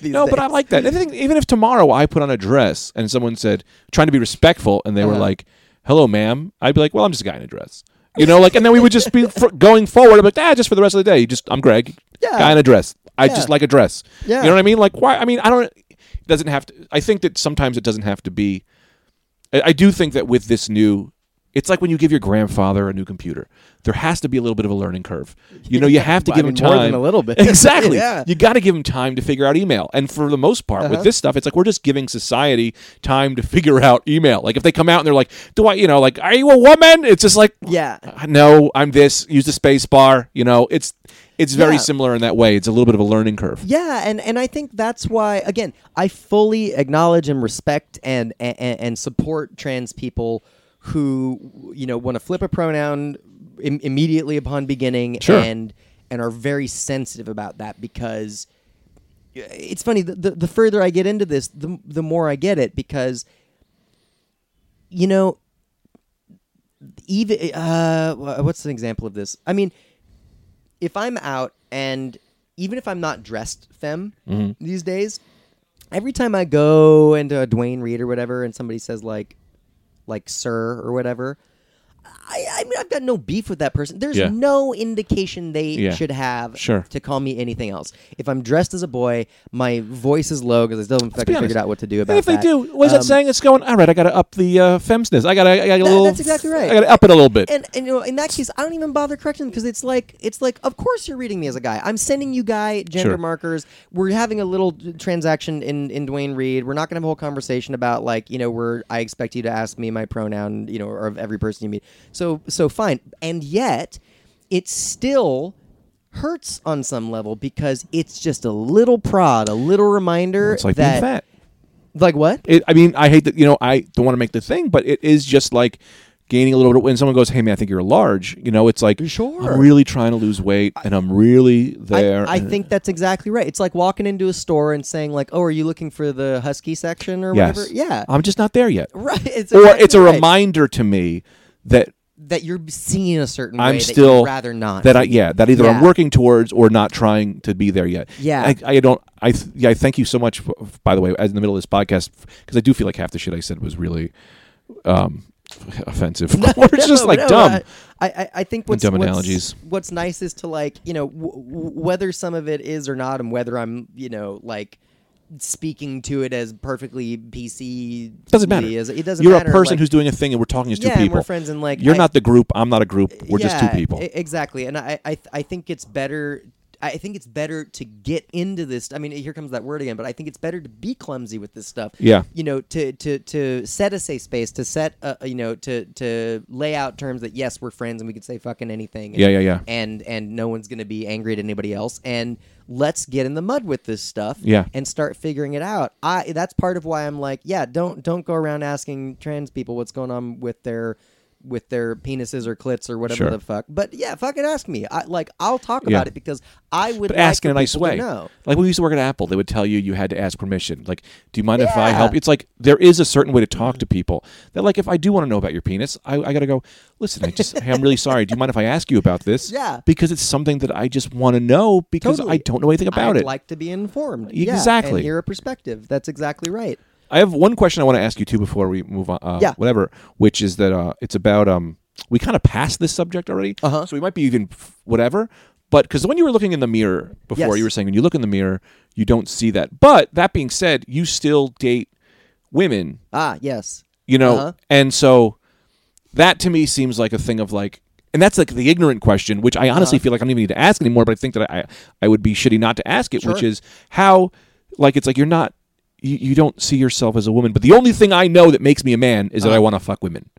these
No, but I
days.
like that. And I think even if tomorrow I put on a dress and someone said trying to be respectful, and they
Uh-huh.
were like, "Hello, ma'am," I'd be like, "Well, I'm just a guy in a dress." You know, like, and then we would just be for, going forward. I'm like, ah, just for the rest of the day. Just, I'm Greg,
Yeah.
guy in a dress. I
Yeah.
just like a dress.
Yeah.
You know what I mean? Like, why? I mean, I don't. It doesn't have to. I think that sometimes it doesn't have to be. I, I do think that with this new, it's like when you give your grandfather a new computer. There has to be a little bit of a learning curve. You know, you have to
Well, I
give
mean,
him
more
time.
than a little bit.
Exactly.
Yeah.
You got to give him time to figure out email. And for the most part,
Uh-huh.
with this stuff, it's like we're just giving society time to figure out email. Like if they come out and they're like, "Do I?" You know, like, "Are you a woman?" It's just like, "Uh,
Yeah.
no, I'm this. Use the space bar. You know, it's it's very
Yeah.
similar in that way. It's a little bit of a learning curve.
Yeah, and, and I think that's why again I fully acknowledge and respect and and, and support trans people who you know want to flip a pronoun Im- immediately upon beginning
Sure.
and and are very sensitive about that because uh, it's funny the, the, the further I get into this the the more I get it because you know even uh wha- what's an example of this i mean if i'm out and even if i'm not dressed femme
Mm-hmm.
these days every time i go into a dwayne reed or whatever and somebody says like like sir or whatever I, I mean, I've got no beef with that person. There's
Yeah.
no indication they
Yeah.
should have
Sure.
to call me anything else. If I'm dressed as a boy, my voice is low because I still haven't fucking
honest.
figured out what to do about
And if they
that.
do, what's that
Um,
saying? It's going all right. I got to up the uh, femsness. I got to. I got a little.
that's exactly right.
I got to up it a little bit.
And, and you know, in that case, I don't even bother correcting them because it's like it's like, of course you're reading me as a guy. I'm sending you guy gender
Sure.
markers. We're having a little transaction in in Dwayne Reed. We're not gonna have a whole conversation about like you know where I expect you to ask me my pronoun, you know, or of every person you meet. So so fine. And yet, it still hurts on some level because it's just a little prod, a little reminder
it's like being
that
fat.
like what
It, I mean, I hate that. You know, I don't want to make the thing, but it is just like gaining a little bit. When someone goes, "Hey, man, I think you're large," you know, it's like,
Sure.
I'm really trying to lose weight, and I'm really there.
I, I
and-
think that's exactly right. It's like walking into a store and saying like, "Oh, are you looking for the husky section or
yes,
whatever?" Yeah,
I'm just not there yet.
right. It's
or
exactly
it's a
right.
reminder to me that
that you're seeing a certain way
I'm
that
still
you'd rather not.
That I yeah. That either I'm
Yeah.
working towards or not trying to be there yet.
Yeah.
I, I don't. I th- yeah. I thank you so much. For, by the way, as in the middle of this podcast, because I do feel like half the shit I said was really um, offensive or just
No,
like
no,
dumb.
I, I, I think what's,
dumb
what's
analogies.
What's nice is to like you know w- w- whether some of it is or not, and whether I'm you know like speaking to it as perfectly PC.
doesn't matter.
As, it doesn't.
You're
matter,
a person
like,
who's doing a thing, and we're talking as two
yeah, and
people.
we're friends, and like
You're
I-
not the group. I'm not a group. We're just
Yeah,
two people.
e- exactly, and I, I, I think it's better. I think it's better to get into this. I mean, here comes that word again, but I think it's better to be clumsy with this stuff.
Yeah.
you know, to to to set a safe space, to set, a, you know, to to lay out terms that yes, we're friends and we can say fucking anything. And,
Yeah, yeah, yeah.
And and no one's gonna be angry at anybody else. And let's get in the mud with this stuff.
Yeah.
and start figuring it out. I that's part of why I'm like, yeah, don't don't go around asking trans people what's going on with their with their penises or clits or whatever
Sure.
the fuck. But yeah, fucking ask me. I like I'll talk
Yeah.
about it because I would
but
like
ask in
for
a nice
people to
way.
know.
Like when we used to work at Apple, they would tell you you had to ask permission. Like, do you mind if I
Yeah. Mm-hmm.
help? It's like there is a certain way to talk to people. That like if I do want to know about your penis, I, I gotta go. Listen, I just hey, I'm really sorry. Do you mind if I ask you about this?
Yeah.
because it's something that I just want to know because I
Totally.
don't know anything about
I'd
it.
like to be informed.
Y-
Yeah,
exactly.
and hear a perspective. That's exactly right.
I have one question I want to ask you too before we move on. Uh,
Yeah.
Whatever. Which is that uh, it's about um we kind of passed this subject already,
Uh-huh.
so we might be even f- whatever. But because when you were looking in the mirror before,
Yes.
you were saying when you look in the mirror, you don't see that. But that being said, you still date women,
Ah, yes.
you know,
Uh-huh.
and so that to me seems like a thing of like. And that's like the ignorant question, which I honestly
Uh-huh.
feel like I don't even need to ask anymore. But I think that I, I would be shitty not to ask it, which
Sure.
is how, like, it's like you're not, you, you don't see yourself as a woman. But the only thing I know that makes me a man is that I want to fuck women.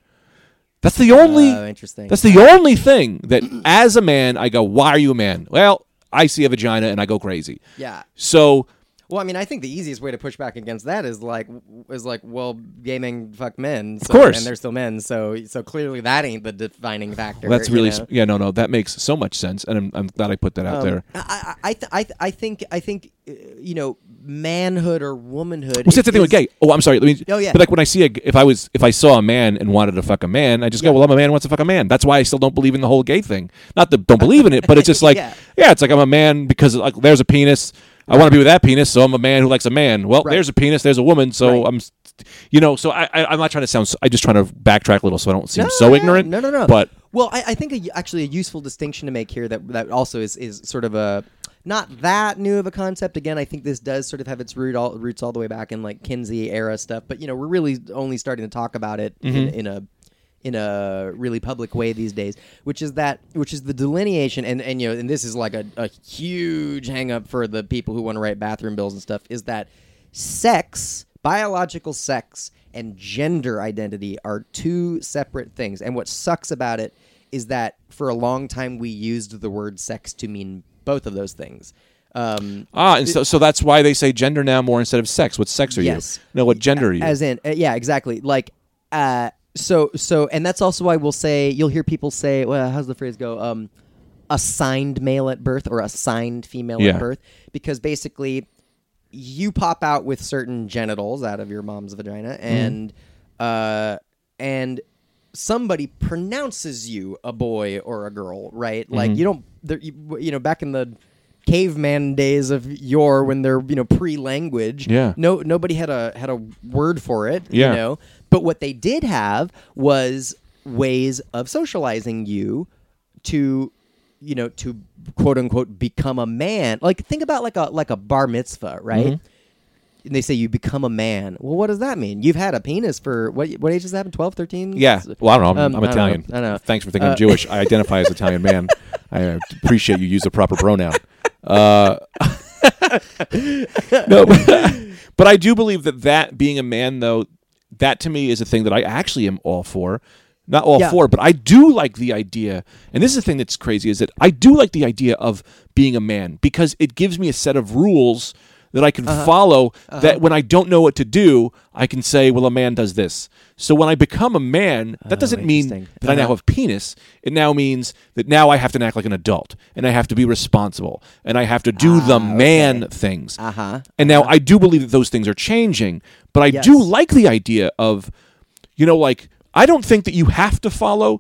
That's the only.
Uh-huh. Oh, interesting.
That's the only thing that, as a man, I go, why are you a man? Well, I see a vagina and I go crazy.
yeah.
So
Well, I mean, I think the easiest way to push back against that is like is like, well, gay men fuck men, so,
course.
and they're still men, so so clearly that ain't the defining factor.
that's
you
really,
know? Um,
yeah, no, no, that makes so much sense, and I'm, I'm glad I put that out there.
I, I, I, th- I, th- I think I think uh, you know manhood or womanhood.
Well, see, that's the
it
thing with
is-
gay. Oh, I'm sorry. Let me,
Oh, yeah.
But like when I see a, if I was, if I saw a man and wanted to fuck a man, I just go, well, I'm a man who wants to fuck a man. That's why I still don't believe in the whole gay thing. Not that don't believe in it, but it's just like, yeah.
Yeah.
it's like I'm a man because like there's a penis. I want to be with that penis, so I'm a man who likes a man. Well,
Right.
there's a penis, there's a woman, so
Right.
I'm, s- you know, so I, I, I'm not trying to sound. s- I'm just trying to backtrack a little, so I don't seem
No,
so
no,
ignorant.
No, no, no.
But
well, I, I think a, actually a useful distinction to make here that that also is is sort of a not that new of a concept. Again, I think this does sort of have its root all, roots all the way back in like Kinsey era stuff. But you know, we're really only starting to talk about it in,
Mm-hmm.
in a in a really public way these days, which is that which is the delineation and and you know, and this is like a, a huge hang up for the people who want to write bathroom bills and stuff is that sex, biological sex, and gender identity are two separate things. And what sucks about it is that for a long time we used the word sex to mean both of those things. Um,
ah, and so, so that's why they say gender now more instead of sex. What sex are
Yes.
you? No, what gender are you?
as in, uh, yeah, exactly. Like, uh, so, so, and that's also why we'll say you'll hear people say, well, how's the phrase go? Um, assigned male at birth or assigned female
Yeah.
at birth, because basically you pop out with certain genitals out of your mom's vagina and uh and somebody pronounces you a boy or a girl right like you don't there, you, you know back in the caveman days of yore when they're you know pre-language
Yeah.
no nobody had a had a word for it
Yeah.
you know but what they did have was ways of socializing you to you know to quote unquote become a man like think about like a like a bar mitzvah right
Mm-hmm.
and they say you become a man well what does that mean you've had a penis for what what age does that 12 13
Yeah. Well, I don't know. I'm,
Um,
I'm
I don't know.
Italian.
I know.
Thanks for thinking
Uh,
I'm Jewish. I identify as Italian man. I appreciate you use the proper pronoun. Uh, no, but, but I do believe that that being a man, though, that to me is a thing that I actually am all for. Not all
Yeah.
for, but I do like the idea. And this is the thing that's crazy is that I do like the idea of being a man because it gives me a set of rules that I can
Uh-huh.
follow that when I don't know what to do, I can say, well, a man does this. So when I become a man, that doesn't mean that
Oh, interesting. Uh-huh.
I now have penis. It now means that now I have to act like an adult and I have to be responsible and I have to do the man things.
Ah, uh-huh
And now I do believe that those things are changing, but I do
Yes.
like the idea of, you know, like I don't think that you have to follow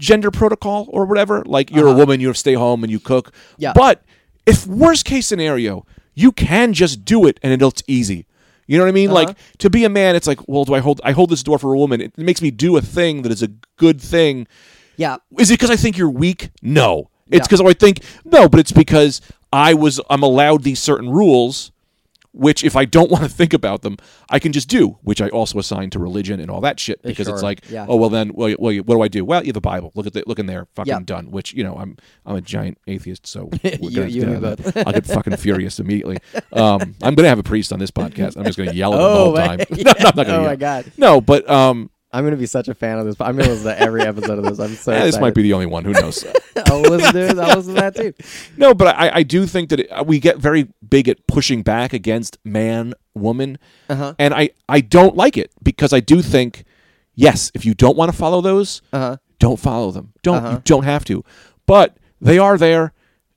gender protocol or whatever. Like you're a woman, you stay home and you cook.
Uh-huh. Yeah.
But if worst case scenario, you can just do it and it'll- it's easy. You know what I mean? Like
Uh-huh.
to be a man, it's like, well, do I hold I hold this door for a woman? It makes me do a thing that is a good thing.
yeah
Is it because I think you're weak? No. It's
Yeah.
because I think no, but it's because I was I'm allowed these certain rules, which if I don't want to think about them, I can just do, which I also assign to religion and all that shit because it's
sure.
like,
Yeah.
oh well, then well, you- well, you- what do I do? Well, you have the Bible. Look at the, look in there. Fucking
Yeah.
done. Which you know I'm I'm a giant atheist, so
You-
gonna
you and
have
me
to- I'll get fucking furious immediately. Um, I'm gonna have a priest on this podcast. I'm just gonna yell at him the
Oh,
whole
my-
time. No, I'm not gonna
oh my
yell.
god
No, but um,
i'm gonna be such a fan of this i'm gonna listen to every episode of this i'm so
eh, this might
excited.
be the only one. Who knows?
i'll listen to this i'll listen to that too
No, but I, I do think that it, uh, we get very big at pushing back against man, woman,
Uh-huh.
and I, I don't like it because I do think, yes, if you don't want to follow those,
uh-huh
don't follow them. Don't you don't have to, but they are there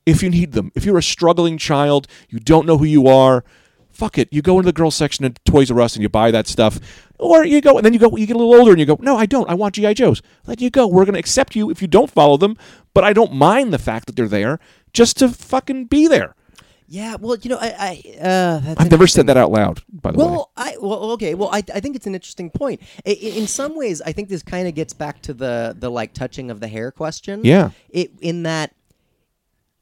if you need them. If you're a struggling child, you don't know who you are. Fuck it. You go into the girls section at Toys R Us and you buy that stuff, or you go and then you go. You get a little older and you go. No, I don't. I want GI Joes. Let you go. We're gonna accept you if you don't follow them, but I don't mind the fact that they're there just to fucking be there.
yeah well you know i i uh that's
I've never said that out loud. By the way,
Well, I well okay. Well, I, I think it's an interesting point. I, i- in some ways, I think this kind of gets back to the the like touching of the hair question.
Yeah.
It in that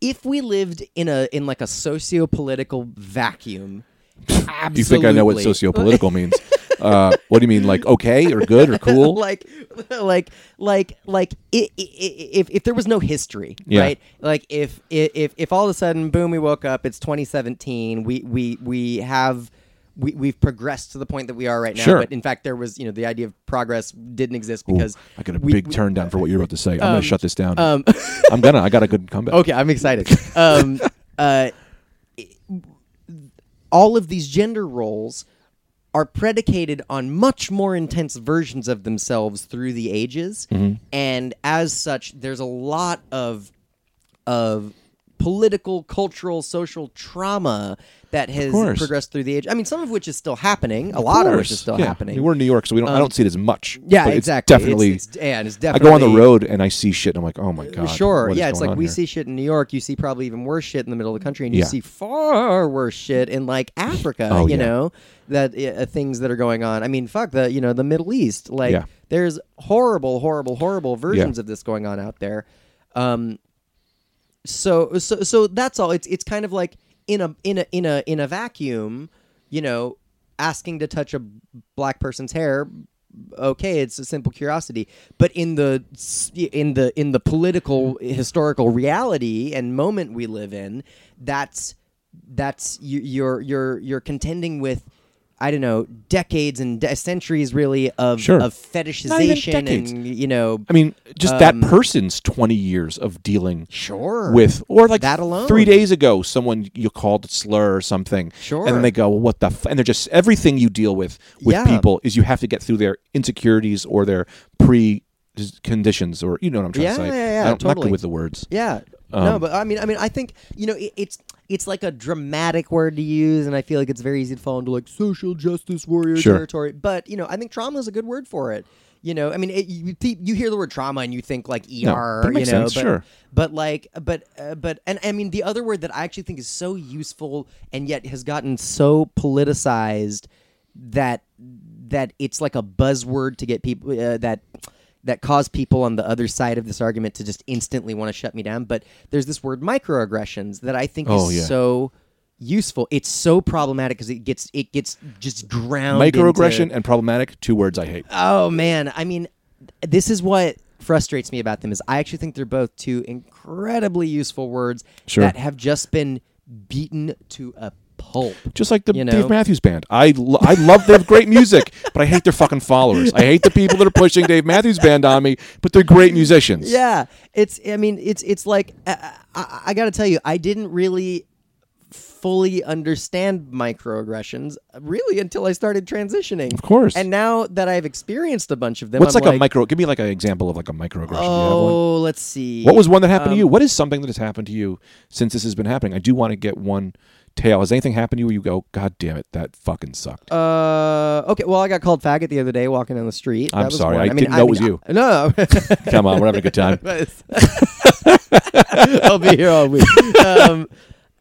if we lived in a in like a socio political vacuum, absolutely.
you think I know what sociopolitical means? Uh, what do you mean, like okay or good or cool?
like like like like i- i- i- if if there was no history
Yeah.
right like if i- if if all of a sudden boom we woke up it's 2017 we we we have we, we've progressed to the point that we are right now
Sure.
but in fact there was you know the idea of progress didn't exist because
I got a
we-
big
we-
turn down for what you're about to say. I'm gonna shut this down.
um, Oh,
I'm gonna. I got a good comeback.
Okay, I'm excited. Um, uh, all of these gender roles are predicated on much more intense versions of themselves through the ages,
Mm-hmm.
and as such, there's a lot of of political, cultural, social trauma that has
course.
progressed through the age. I mean, some of which is still happening. A lot of which is
course.
still
Yeah. I
happening. Um,
mean, we're in New York, so we don't. I don't see it as much.
yeah,
but it's
exactly. It's-
Definitely.
it's- yeah, and it's
I
definitely.
go on the road and I see shit. and I'm like, oh my god.
Uh, Sure.
what is
Yeah, it's
going
like
on
we
here?
see shit in New York. You see probably even worse shit in the middle of the country, and you
Yeah.
see far worse shit in like Africa.
Oh,
you
yeah.
know that uh, things that are going on. I mean, fuck the you know the Middle East. Like
Yeah.
there's horrible, horrible, horrible versions of this going on out there. Um, so so so that's all. It's it's kind of like in a in a in a in a vacuum, you know, asking to touch a black person's hair. Okay, it's a simple curiosity, but in the s- in the in the political historical reality and moment we live in, that's that's you, you're you're you're contending with. I don't know, decades and de- centuries, really, of
Sure.
of fetishization
decades.
and you know,
I mean, just that person's 20 years of dealing
Um, sure,
with, or like
That alone.
Three days ago, someone you called a slur or something.
Sure.
And then they go, well, "What the?" F-? And they're just everything you deal with with
Yeah.
people is you have to get through their insecurities or their pre conditions, or you know what I'm trying
Yeah,
to say.
yeah, yeah,
I don't- I'm not good
totally.
with the words.
Yeah.
Um,
no, but I mean, I mean, I think you know, it, it's it's like a dramatic word to use, and I feel like it's very easy to fall into like social justice warrior
Sure.
territory. But you know, I think trauma is a good word for it. You know, I mean, it, you pe- you hear the word trauma and you think like ER,
but it makes
you know,
sense,
but,
sure.
but like, but uh, but and I mean, the other word that I actually think is so useful and yet has gotten so politicized that that it's like a buzzword to get people uh, that that cause people on the other side of this argument to just instantly want to shut me down. But there's this word microaggressions that I think
Oh,
is
yeah.
so useful. It's so problematic because it gets it gets just ground
Microaggression
Into,
and problematic, two words I hate.
oh man, I mean, this is what frustrates me about them is I actually think they're both two incredibly useful words
Sure.
that have just been beaten to a pulp.
Just like the
You know.
Dave Matthews Band. I, lo- I love their great music, but I hate their fucking followers. I hate the people that are pushing Dave Matthews Band on me, but they're great musicians.
Yeah, it's. I mean, it's. It's like I, I, I got to tell you, I didn't really fully understand microaggressions really until I started transitioning. Of
course.
And now that I've experienced a bunch of them,
What's
I'm
like, a micro? Give me like an example of like a microaggression. Do you have one?
Oh, um, let's see.
What was one that happened to you? What is something that has happened to you since this has been happening? I do want to get one tale. Has anything happened to you where you go, God damn it, that fucking sucked?
Uh, okay. Well, I got called faggot the other day walking down the street.
I'm
That was
sorry,
one.
I
mean,
didn't
I
know it
mean,
was you.
I- no.
Come on, we're having a good time.
I'll be here all week. Um,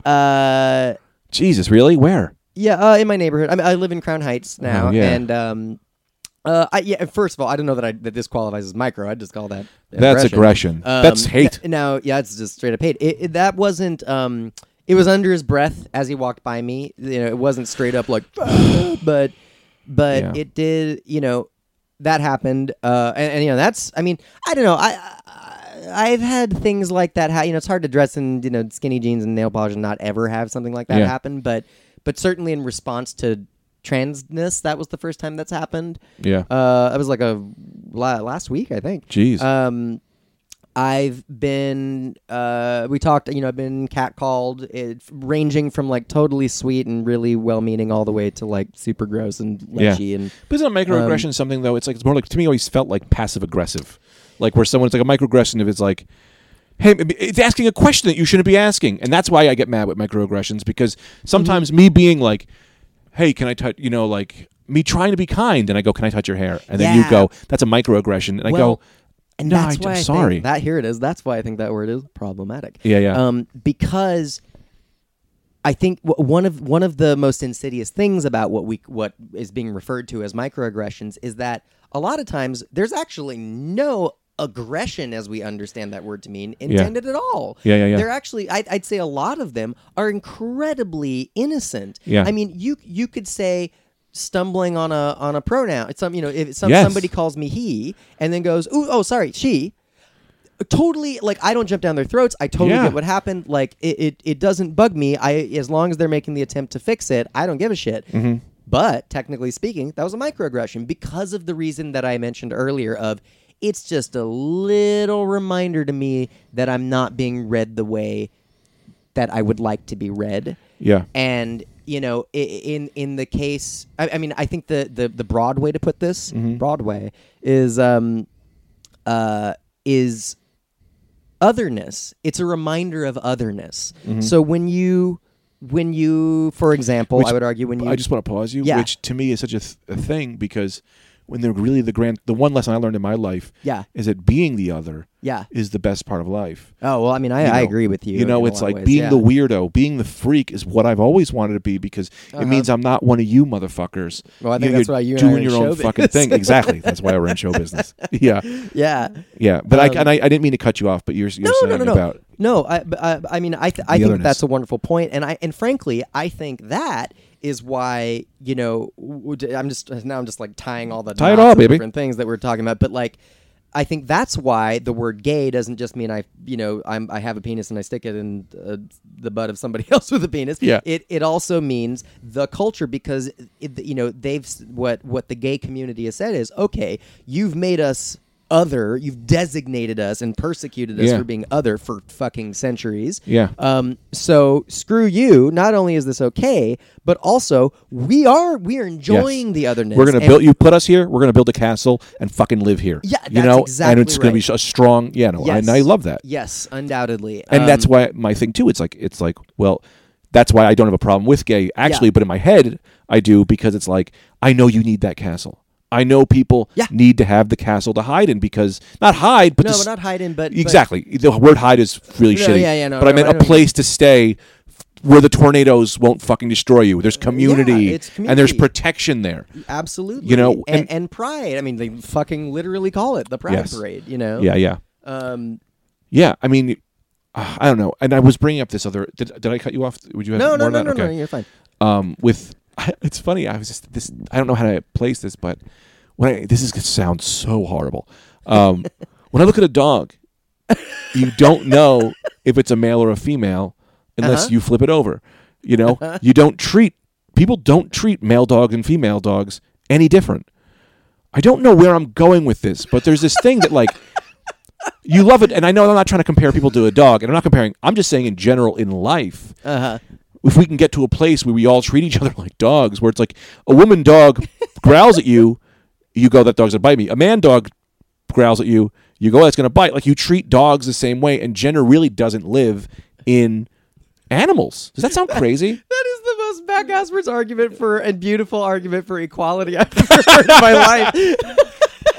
uh,
Jesus, really? Where?
Yeah, uh, in my neighborhood. I mean, I live in Crown Heights now,
Oh, yeah.
and um, uh, I, yeah. First of all, I don't know that I that this qualifies as micro. I just call that
That's aggression.
Um,
That's hate.
n- no, yeah, it's just straight up hate. It, it- that wasn't. Um, it was under his breath as he walked by me. You know, it wasn't straight up like, "Ah," but but
Yeah.
it did. You know, that happened. Uh, and, and you know, that's. I mean, I don't know. I. I I've had things like that. Ha- you know, it's hard to dress in you know skinny jeans and nail polish and not ever have something like that
Yeah.
happen. But but certainly in response to transness, that was the first time that's happened.
Yeah.
Uh, it was like a la- last week, I think.
Jeez.
Um, I've been, uh, we talked, you know, I've been catcalled, it, ranging from like totally sweet and really well meaning all the way to like super gross and
Yeah.
lechy. And
but isn't a microaggression
Um,
something, though? It's like, it's more like, to me, it always felt like passive aggressive. Like where someone's like a microaggression if it's like, hey, maybe- it's asking a question that you shouldn't be asking. And that's why I get mad with microaggressions because
Mm-hmm.
sometimes me being like, hey, can I touch, you know, like me trying to be kind and I go, can I touch your hair? And then
Yeah.
you go, that's a microaggression. And I
Well,
go,
and
No,
that's
I-
why
I'm
I think
sorry.
that here it is. That's why I think that word is problematic.
Yeah, yeah.
Um, because I think w- one of one of the most insidious things about what we what is being referred to as microaggressions is that a lot of times there's actually no aggression as we understand that word to mean intended at all.
Yeah, yeah, yeah.
They're actually I, I'd say a lot of them are incredibly innocent.
Yeah.
I mean you you could say stumbling on a on a pronoun. It's some you know if some,
Yes.
somebody calls me he and then goes ooh oh sorry she totally like I don't jump down their throats. I totally
Yeah.
get what happened. Like it, it, it doesn't bug me. I as long as they're making the attempt to fix it, I don't give a shit.
Mm-hmm.
But technically speaking, that was a microaggression because of the reason that I mentioned earlier of it's just a little reminder to me that I'm not being read the way that I would like to be read
yeah.
and you know i- i- in in the case i, I mean i think the, the the broad way to put this
Mm-hmm.
broadway is um uh is otherness it's a reminder of otherness
Mm-hmm.
so when you when you for example i would argue when you
I just want to pause you,
Yeah.
which to me is such a, th- a thing because when they're really the grand, the one lesson I learned in my life
Yeah.
is that being the other
Yeah.
is the best part of life.
oh well i mean i,
You
I
know,
agree with you
You know,
in a
it's
lot of
like
ways,
being
yeah.
the weirdo, being the freak is what I've always wanted to be because it means I'm not one of you motherfuckers.
Uh-huh. Well, I think
You're-
that's
you're
why you and I
doing
are in
your
show
own fucking
business.
thing. Exactly. That's why we're in show business. Yeah,
yeah
yeah. But
Um,
I and I, I didn't mean to cut you off, but you're, you're
no,
saying
no, no, no.
about
No, I, but I, I mean, I, th- I
The
think
otherness.
that's a wonderful point, and I, and frankly, I think that is why you know, w- d- I'm just now I'm just like tying all the
Tie it
knots
all,
of
baby.
different things that we're talking about, but like. I think that's why the word "gay" doesn't just mean I, you know, I'm, I have a penis and I stick it in uh, the butt of somebody else with a penis.
Yeah.
It it also means the culture because it, you know they've s- what what the gay community has said is okay, you've made us other, you've designated us and persecuted us
Yeah.
for being being other for fucking centuries.
Yeah.
Um. So screw you. Not only is this okay, but also we are we are enjoying the otherness.
We're gonna
and-
build. You put us here. We're gonna build a castle and fucking live here.
Yeah,
you
that's
know, and
exactly
it's gonna
right.
be a strong. Yeah, no, and I
Yes.
love that.
Yes, undoubtedly.
and
Um,
that's why my thing too. It's like it's like well, that's why I don't have a problem with gay actually,
Yeah.
but in my head I do because it's like I know you need that castle. I know people
Yeah.
need to have the castle to hide in because not hide, but
no,
to s-
but not hiding, but but-
exactly the word hide is really
No,
shitty.
yeah, yeah, no,
but I
no,
meant
I
a
know what you
place to stay. f- where the tornadoes won't fucking destroy you. There's community,
it's
and there's
community.
protection there.
Uh, Absolutely.
You know,
and,
and-
and, pride. I mean, they fucking literally call it the pride
Yes.
parade. You know.
Yeah, yeah,
Um.
yeah. I mean, uh, I don't know. And I was bringing up this other. Did, did I cut you off? Would you have
No,
more
no,
on
no,
that?
no,
okay.
no. You're fine.
um, with it's funny i was just this i don't know how to place this but when I, this is going to sound so horrible um, when i look at a dog you don't know if it's a male or a female unless
Uh-huh.
you flip it over you know you don't treat people don't treat male dog and female dogs any different i don't know where i'm going with this but there's this thing that like you love it and i know i'm not trying to compare people to a dog and i'm not comparing i'm just saying in general in life
Uh huh.
if we can get to a place where we all treat each other like dogs, where it's like a woman dog growls at you, you go, that dog's gonna bite me. A man dog growls at you, you go, that's gonna bite. Like you treat dogs the same way, and gender really doesn't live in animals. Does that sound crazy?
That is the most back ass argument for and beautiful argument for equality I've ever heard in my life.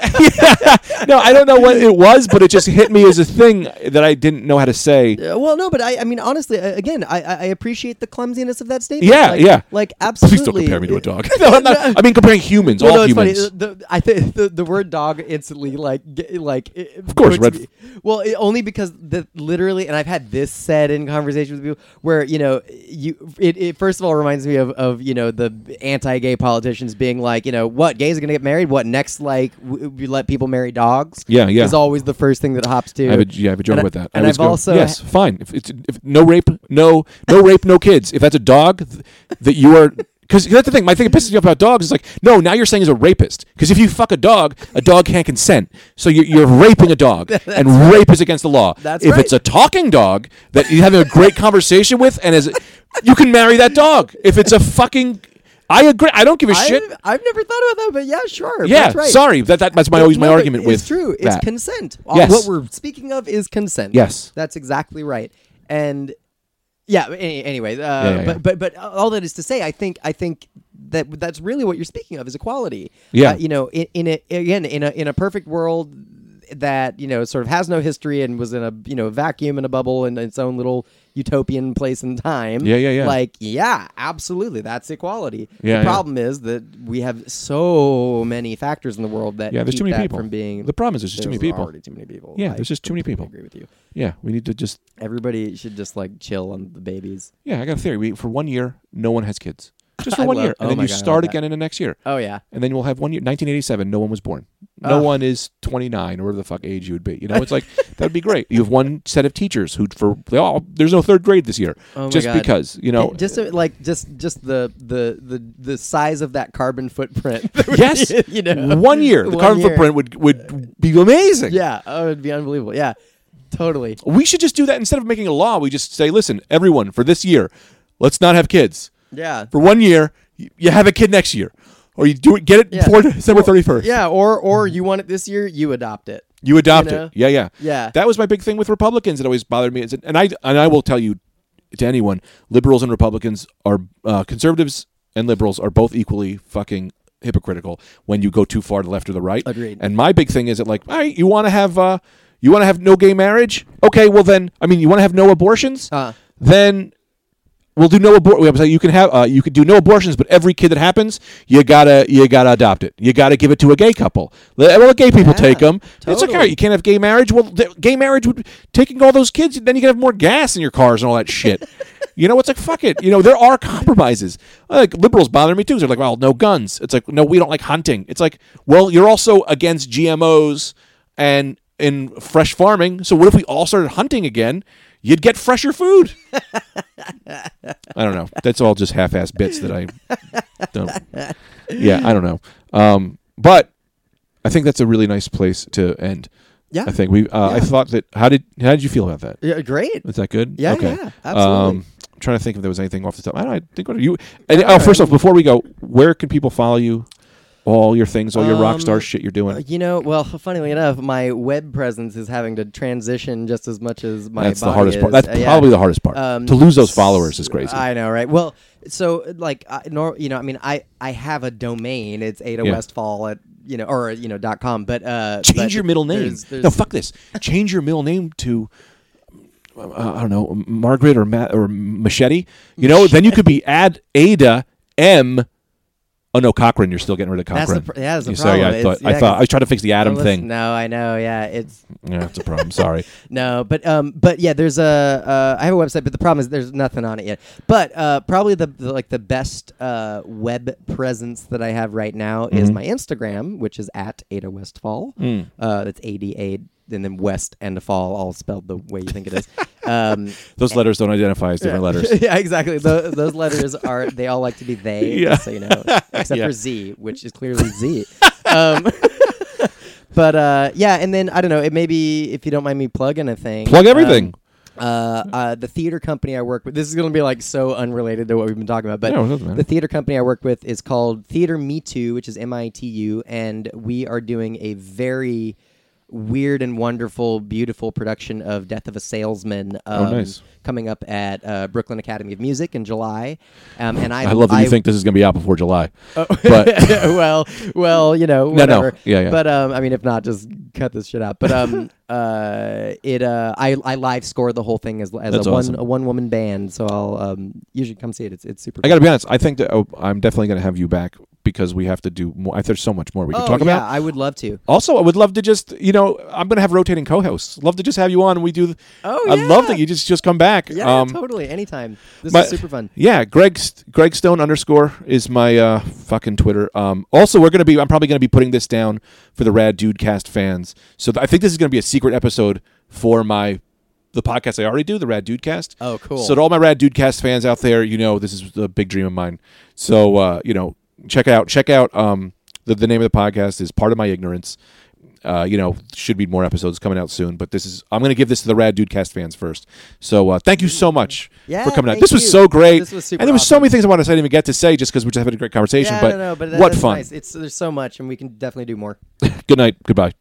no, I don't know what it was, but it just hit me as a thing that I didn't know how to say.
Uh, well, no, but I, I mean, honestly, I, again, I, I I appreciate the clumsiness of that statement.
Yeah,
like,
yeah.
Like, absolutely.
Please don't compare me to a dog. no, I'm not, I mean, comparing humans,
Well,
all
no, it's
humans.
funny. The, the- I think the, the word dog instantly like ge- like of
course, red f-
well, it, only because the literally, and I've had this said in conversation with people where you know you it, it first of all reminds me of of you know the anti-gay politicians being like you know what gays are gonna get married what next like w- we let people marry dogs
Yeah, yeah.
is always the first thing that hops to
I have a, yeah, I have a joke
And I-
about that. I
and
always
I've also
yes, fine. If it's if no rape, no no rape, no kids. If that's a dog th- that you are, because that's the thing. My thing that pisses me off about dogs is like, no, now you're saying he's a rapist. Because if you fuck a dog, a dog can't consent. So you're, you're raping a dog, and rape is against the law.
That's
if
right.
it's a talking dog that you're having a great conversation with, and as you can marry that dog. If it's a fucking, I agree. I don't give a shit.
I've, I've never thought about that but yeah sure
Yeah,
that's right.
sorry. That, that that's my
But
always my
no, but
argument with
It's true. It's
that.
consent.
Yes.
What we're speaking of is consent.
Yes.
That's exactly right. And yeah. Any, anyway, uh,
yeah.
but but but all that is to say, I think I think that that's really what you're speaking of is equality.
Yeah.
Uh, you know, in, in a, again, in a in a perfect world that you know sort of has no history and was in a you know vacuum and a bubble in its own little utopian place and time.
Yeah, yeah, yeah.
Like yeah, absolutely, that's equality.
Yeah, yeah.
the problem is that we have so many factors in the world that
Yeah, there's
keep
too many
that
people.
From being
The problem is there's just too many people.
Already too many people.
Yeah,
I
there's just too many
completely
people.
Agree with you.
yeah, we need to just
Everybody should just like chill on the babies.
Yeah, I got a theory. We, for one year, no one has kids. Just for
I
one
love-
year, and
oh
then
my
you
God, I
start
love that.
again in the next year,
Oh yeah,
and then you'll have one year. 1987, no one was born. No
Ugh.
one is 29 or whatever the fuck age you would be. You know, it's like that'd be great. You have one set of teachers who for they all there's no third grade this year,
Oh my
just
God.
because you know.
It- just uh, like just just the the the the size of that carbon footprint. that would
yes,
be, you know,
one year the
one
carbon
year.
footprint would would be amazing.
Yeah, oh, it'd be unbelievable. Yeah, totally.
we should just do that instead of making a law. We just say, listen, everyone, for this year, let's not have kids.
Yeah.
For one year, y- you have a kid next year, or you do it, get it
Yeah.
before December 31st.
Yeah, or or
Mm-hmm.
you want it this year, you adopt it.
You adopt
You know?
it. Yeah, yeah.
Yeah.
That was my big thing with Republicans that always bothered me. Is that, and I and I will tell you to anyone, liberals and Republicans are uh, conservatives and liberals are both equally fucking hypocritical when you go too far to the left or the right.
Agreed.
And my big thing is that like, all right, you want to have uh, you want to have no gay marriage? Okay, well then, I mean, you want to have no abortions?
Uh-huh.
Then we'll do no abortion. You can have uh, you can do no abortions, but every kid that happens, you gotta you gotta adopt it. You gotta give it to a gay couple. Let, well, let gay people take 'em. take them. It's okay.
totally.
You can't have gay marriage. Well, th- gay marriage would taking all those kids. Then you can have more gas in your cars and all that shit. you know, it's like fuck it. You know, there are compromises. Like liberals bother me too. 'cause They're like, well, no guns. It's like, no, we don't like hunting. It's like, well, you're also against GMOs and in fresh farming. So what if we all started hunting again? You'd get fresher food. I don't know. That's all just half-ass bits that I don't. Yeah, I don't know. Um, but I think that's a really nice place to end.
Yeah.
I think we. Uh, I
Yeah.
thought that. How did How did you feel about that?
Yeah, great.
Is that good?
Yeah,
Okay.
yeah, absolutely.
Um, I'm trying to think if there was anything off the top. I don't. I think what are you? And, oh, first off, before we go, where can people follow you? All your things, all your rock
Um,
star shit you're doing.
You know, well, funnily enough, my web presence is having to transition just as much as my.
That's the
body
hardest
is.
part. That's
Uh, yeah.
probably the hardest part.
Um,
to lose those followers is crazy.
I know, right? Well, so like, I, nor, you know, I mean, I I have a domain. It's Ada
Yeah.
Westfall at you know or you know dot com, but uh,
Change
but
your middle name.
there's- there's-
no, fuck this. Change your middle name to uh, I don't know, Margaret or Ma- or Machete. You know, then you could be add Ada M. Oh no, Cochrane! You're still getting rid of
That's the
Cochrane.
pr- yeah, that's the
You- Sorry, I
problem.
thought,
It's-
I
yeah,
thought
'cause-
I was trying to fix the Adam
Unless-
thing.
No, I know. Yeah, it's
Yeah, that's a problem. Sorry.
no, but um, but yeah, there's a uh, I have a website, but the problem is there's nothing on it yet. But uh, probably the, the like the best uh, web presence that I have right now is my Instagram, which is at Ada Westfall. Uh, that's A D A and then West and Fall, all spelled the way you think it is. Um,
Those letters don't identify as different letters.
yeah, exactly. Tho- those letters are they all like to be they,
Yeah.
just so you know, except
Yeah.
for Z, which is clearly Z. Um, but uh, yeah, and then I don't know. It may be if you don't mind me plugging a thing.
Plug
um,
everything.
uh, uh, the theater company I work with. This is going to be like so unrelated to what we've been talking about, but
No, it doesn't matter.
the theater company I work with is called Theater Me Too, which is M I T U, and we are doing a very weird and wonderful, beautiful production of Death of a Salesman. Um,
Oh, nice.
Coming up at uh, Brooklyn Academy of Music in July, um, and I Oh.
I love that you think this is going to be out before July. But
well, well, you know,
No, no.
whatever.
Yeah, yeah.
But um, I mean, if not, just cut this shit out. But um, uh, it uh, I I live score the whole thing as as
That's
a one
awesome.
a one woman band. So I'll um, you should come see it. It's it's super.
I got to be honest. I think that oh, I'm definitely going to have you back because we have to do more. I- There's so much more we can
oh,
talk
yeah,
about.
I would love to.
Also, I would love to just you know I'm going to have rotating co-hosts. Love to just have you on. and We do.
Oh,
I love
yeah.
that you just just come back.
Yeah,
um,
totally. Anytime. This
my-
is super fun.
Yeah, Greg St- Greg Stone underscore is my uh, fucking Twitter. Um, also, we're gonna be. I'm probably gonna be putting this down for the Rad Dude Cast fans. So th- I think this is gonna be a secret episode for my the podcast I already do, the Rad Dude Cast.
Oh, cool.
So to all my Rad Dude Cast fans out there, you know this is a big dream of mine. So uh, you know, check it out. Check out um, the the name of the podcast is Part of My Ignorance. Uh, you know, should be more episodes coming out soon, but this is I'm going to give this to the Rad Dude Cast fans first. So uh, thank you so much
Yeah,
for coming out.
thank
This was
you.
so great.
This was super
and there was so
awesome.
many things I wanted to say I didn't even get to say just because we just having a great conversation.
Yeah,
but
no, no, but that-
what
that's
fun.
Nice. It's there's so much, and we can definitely do more.
Good night. Goodbye.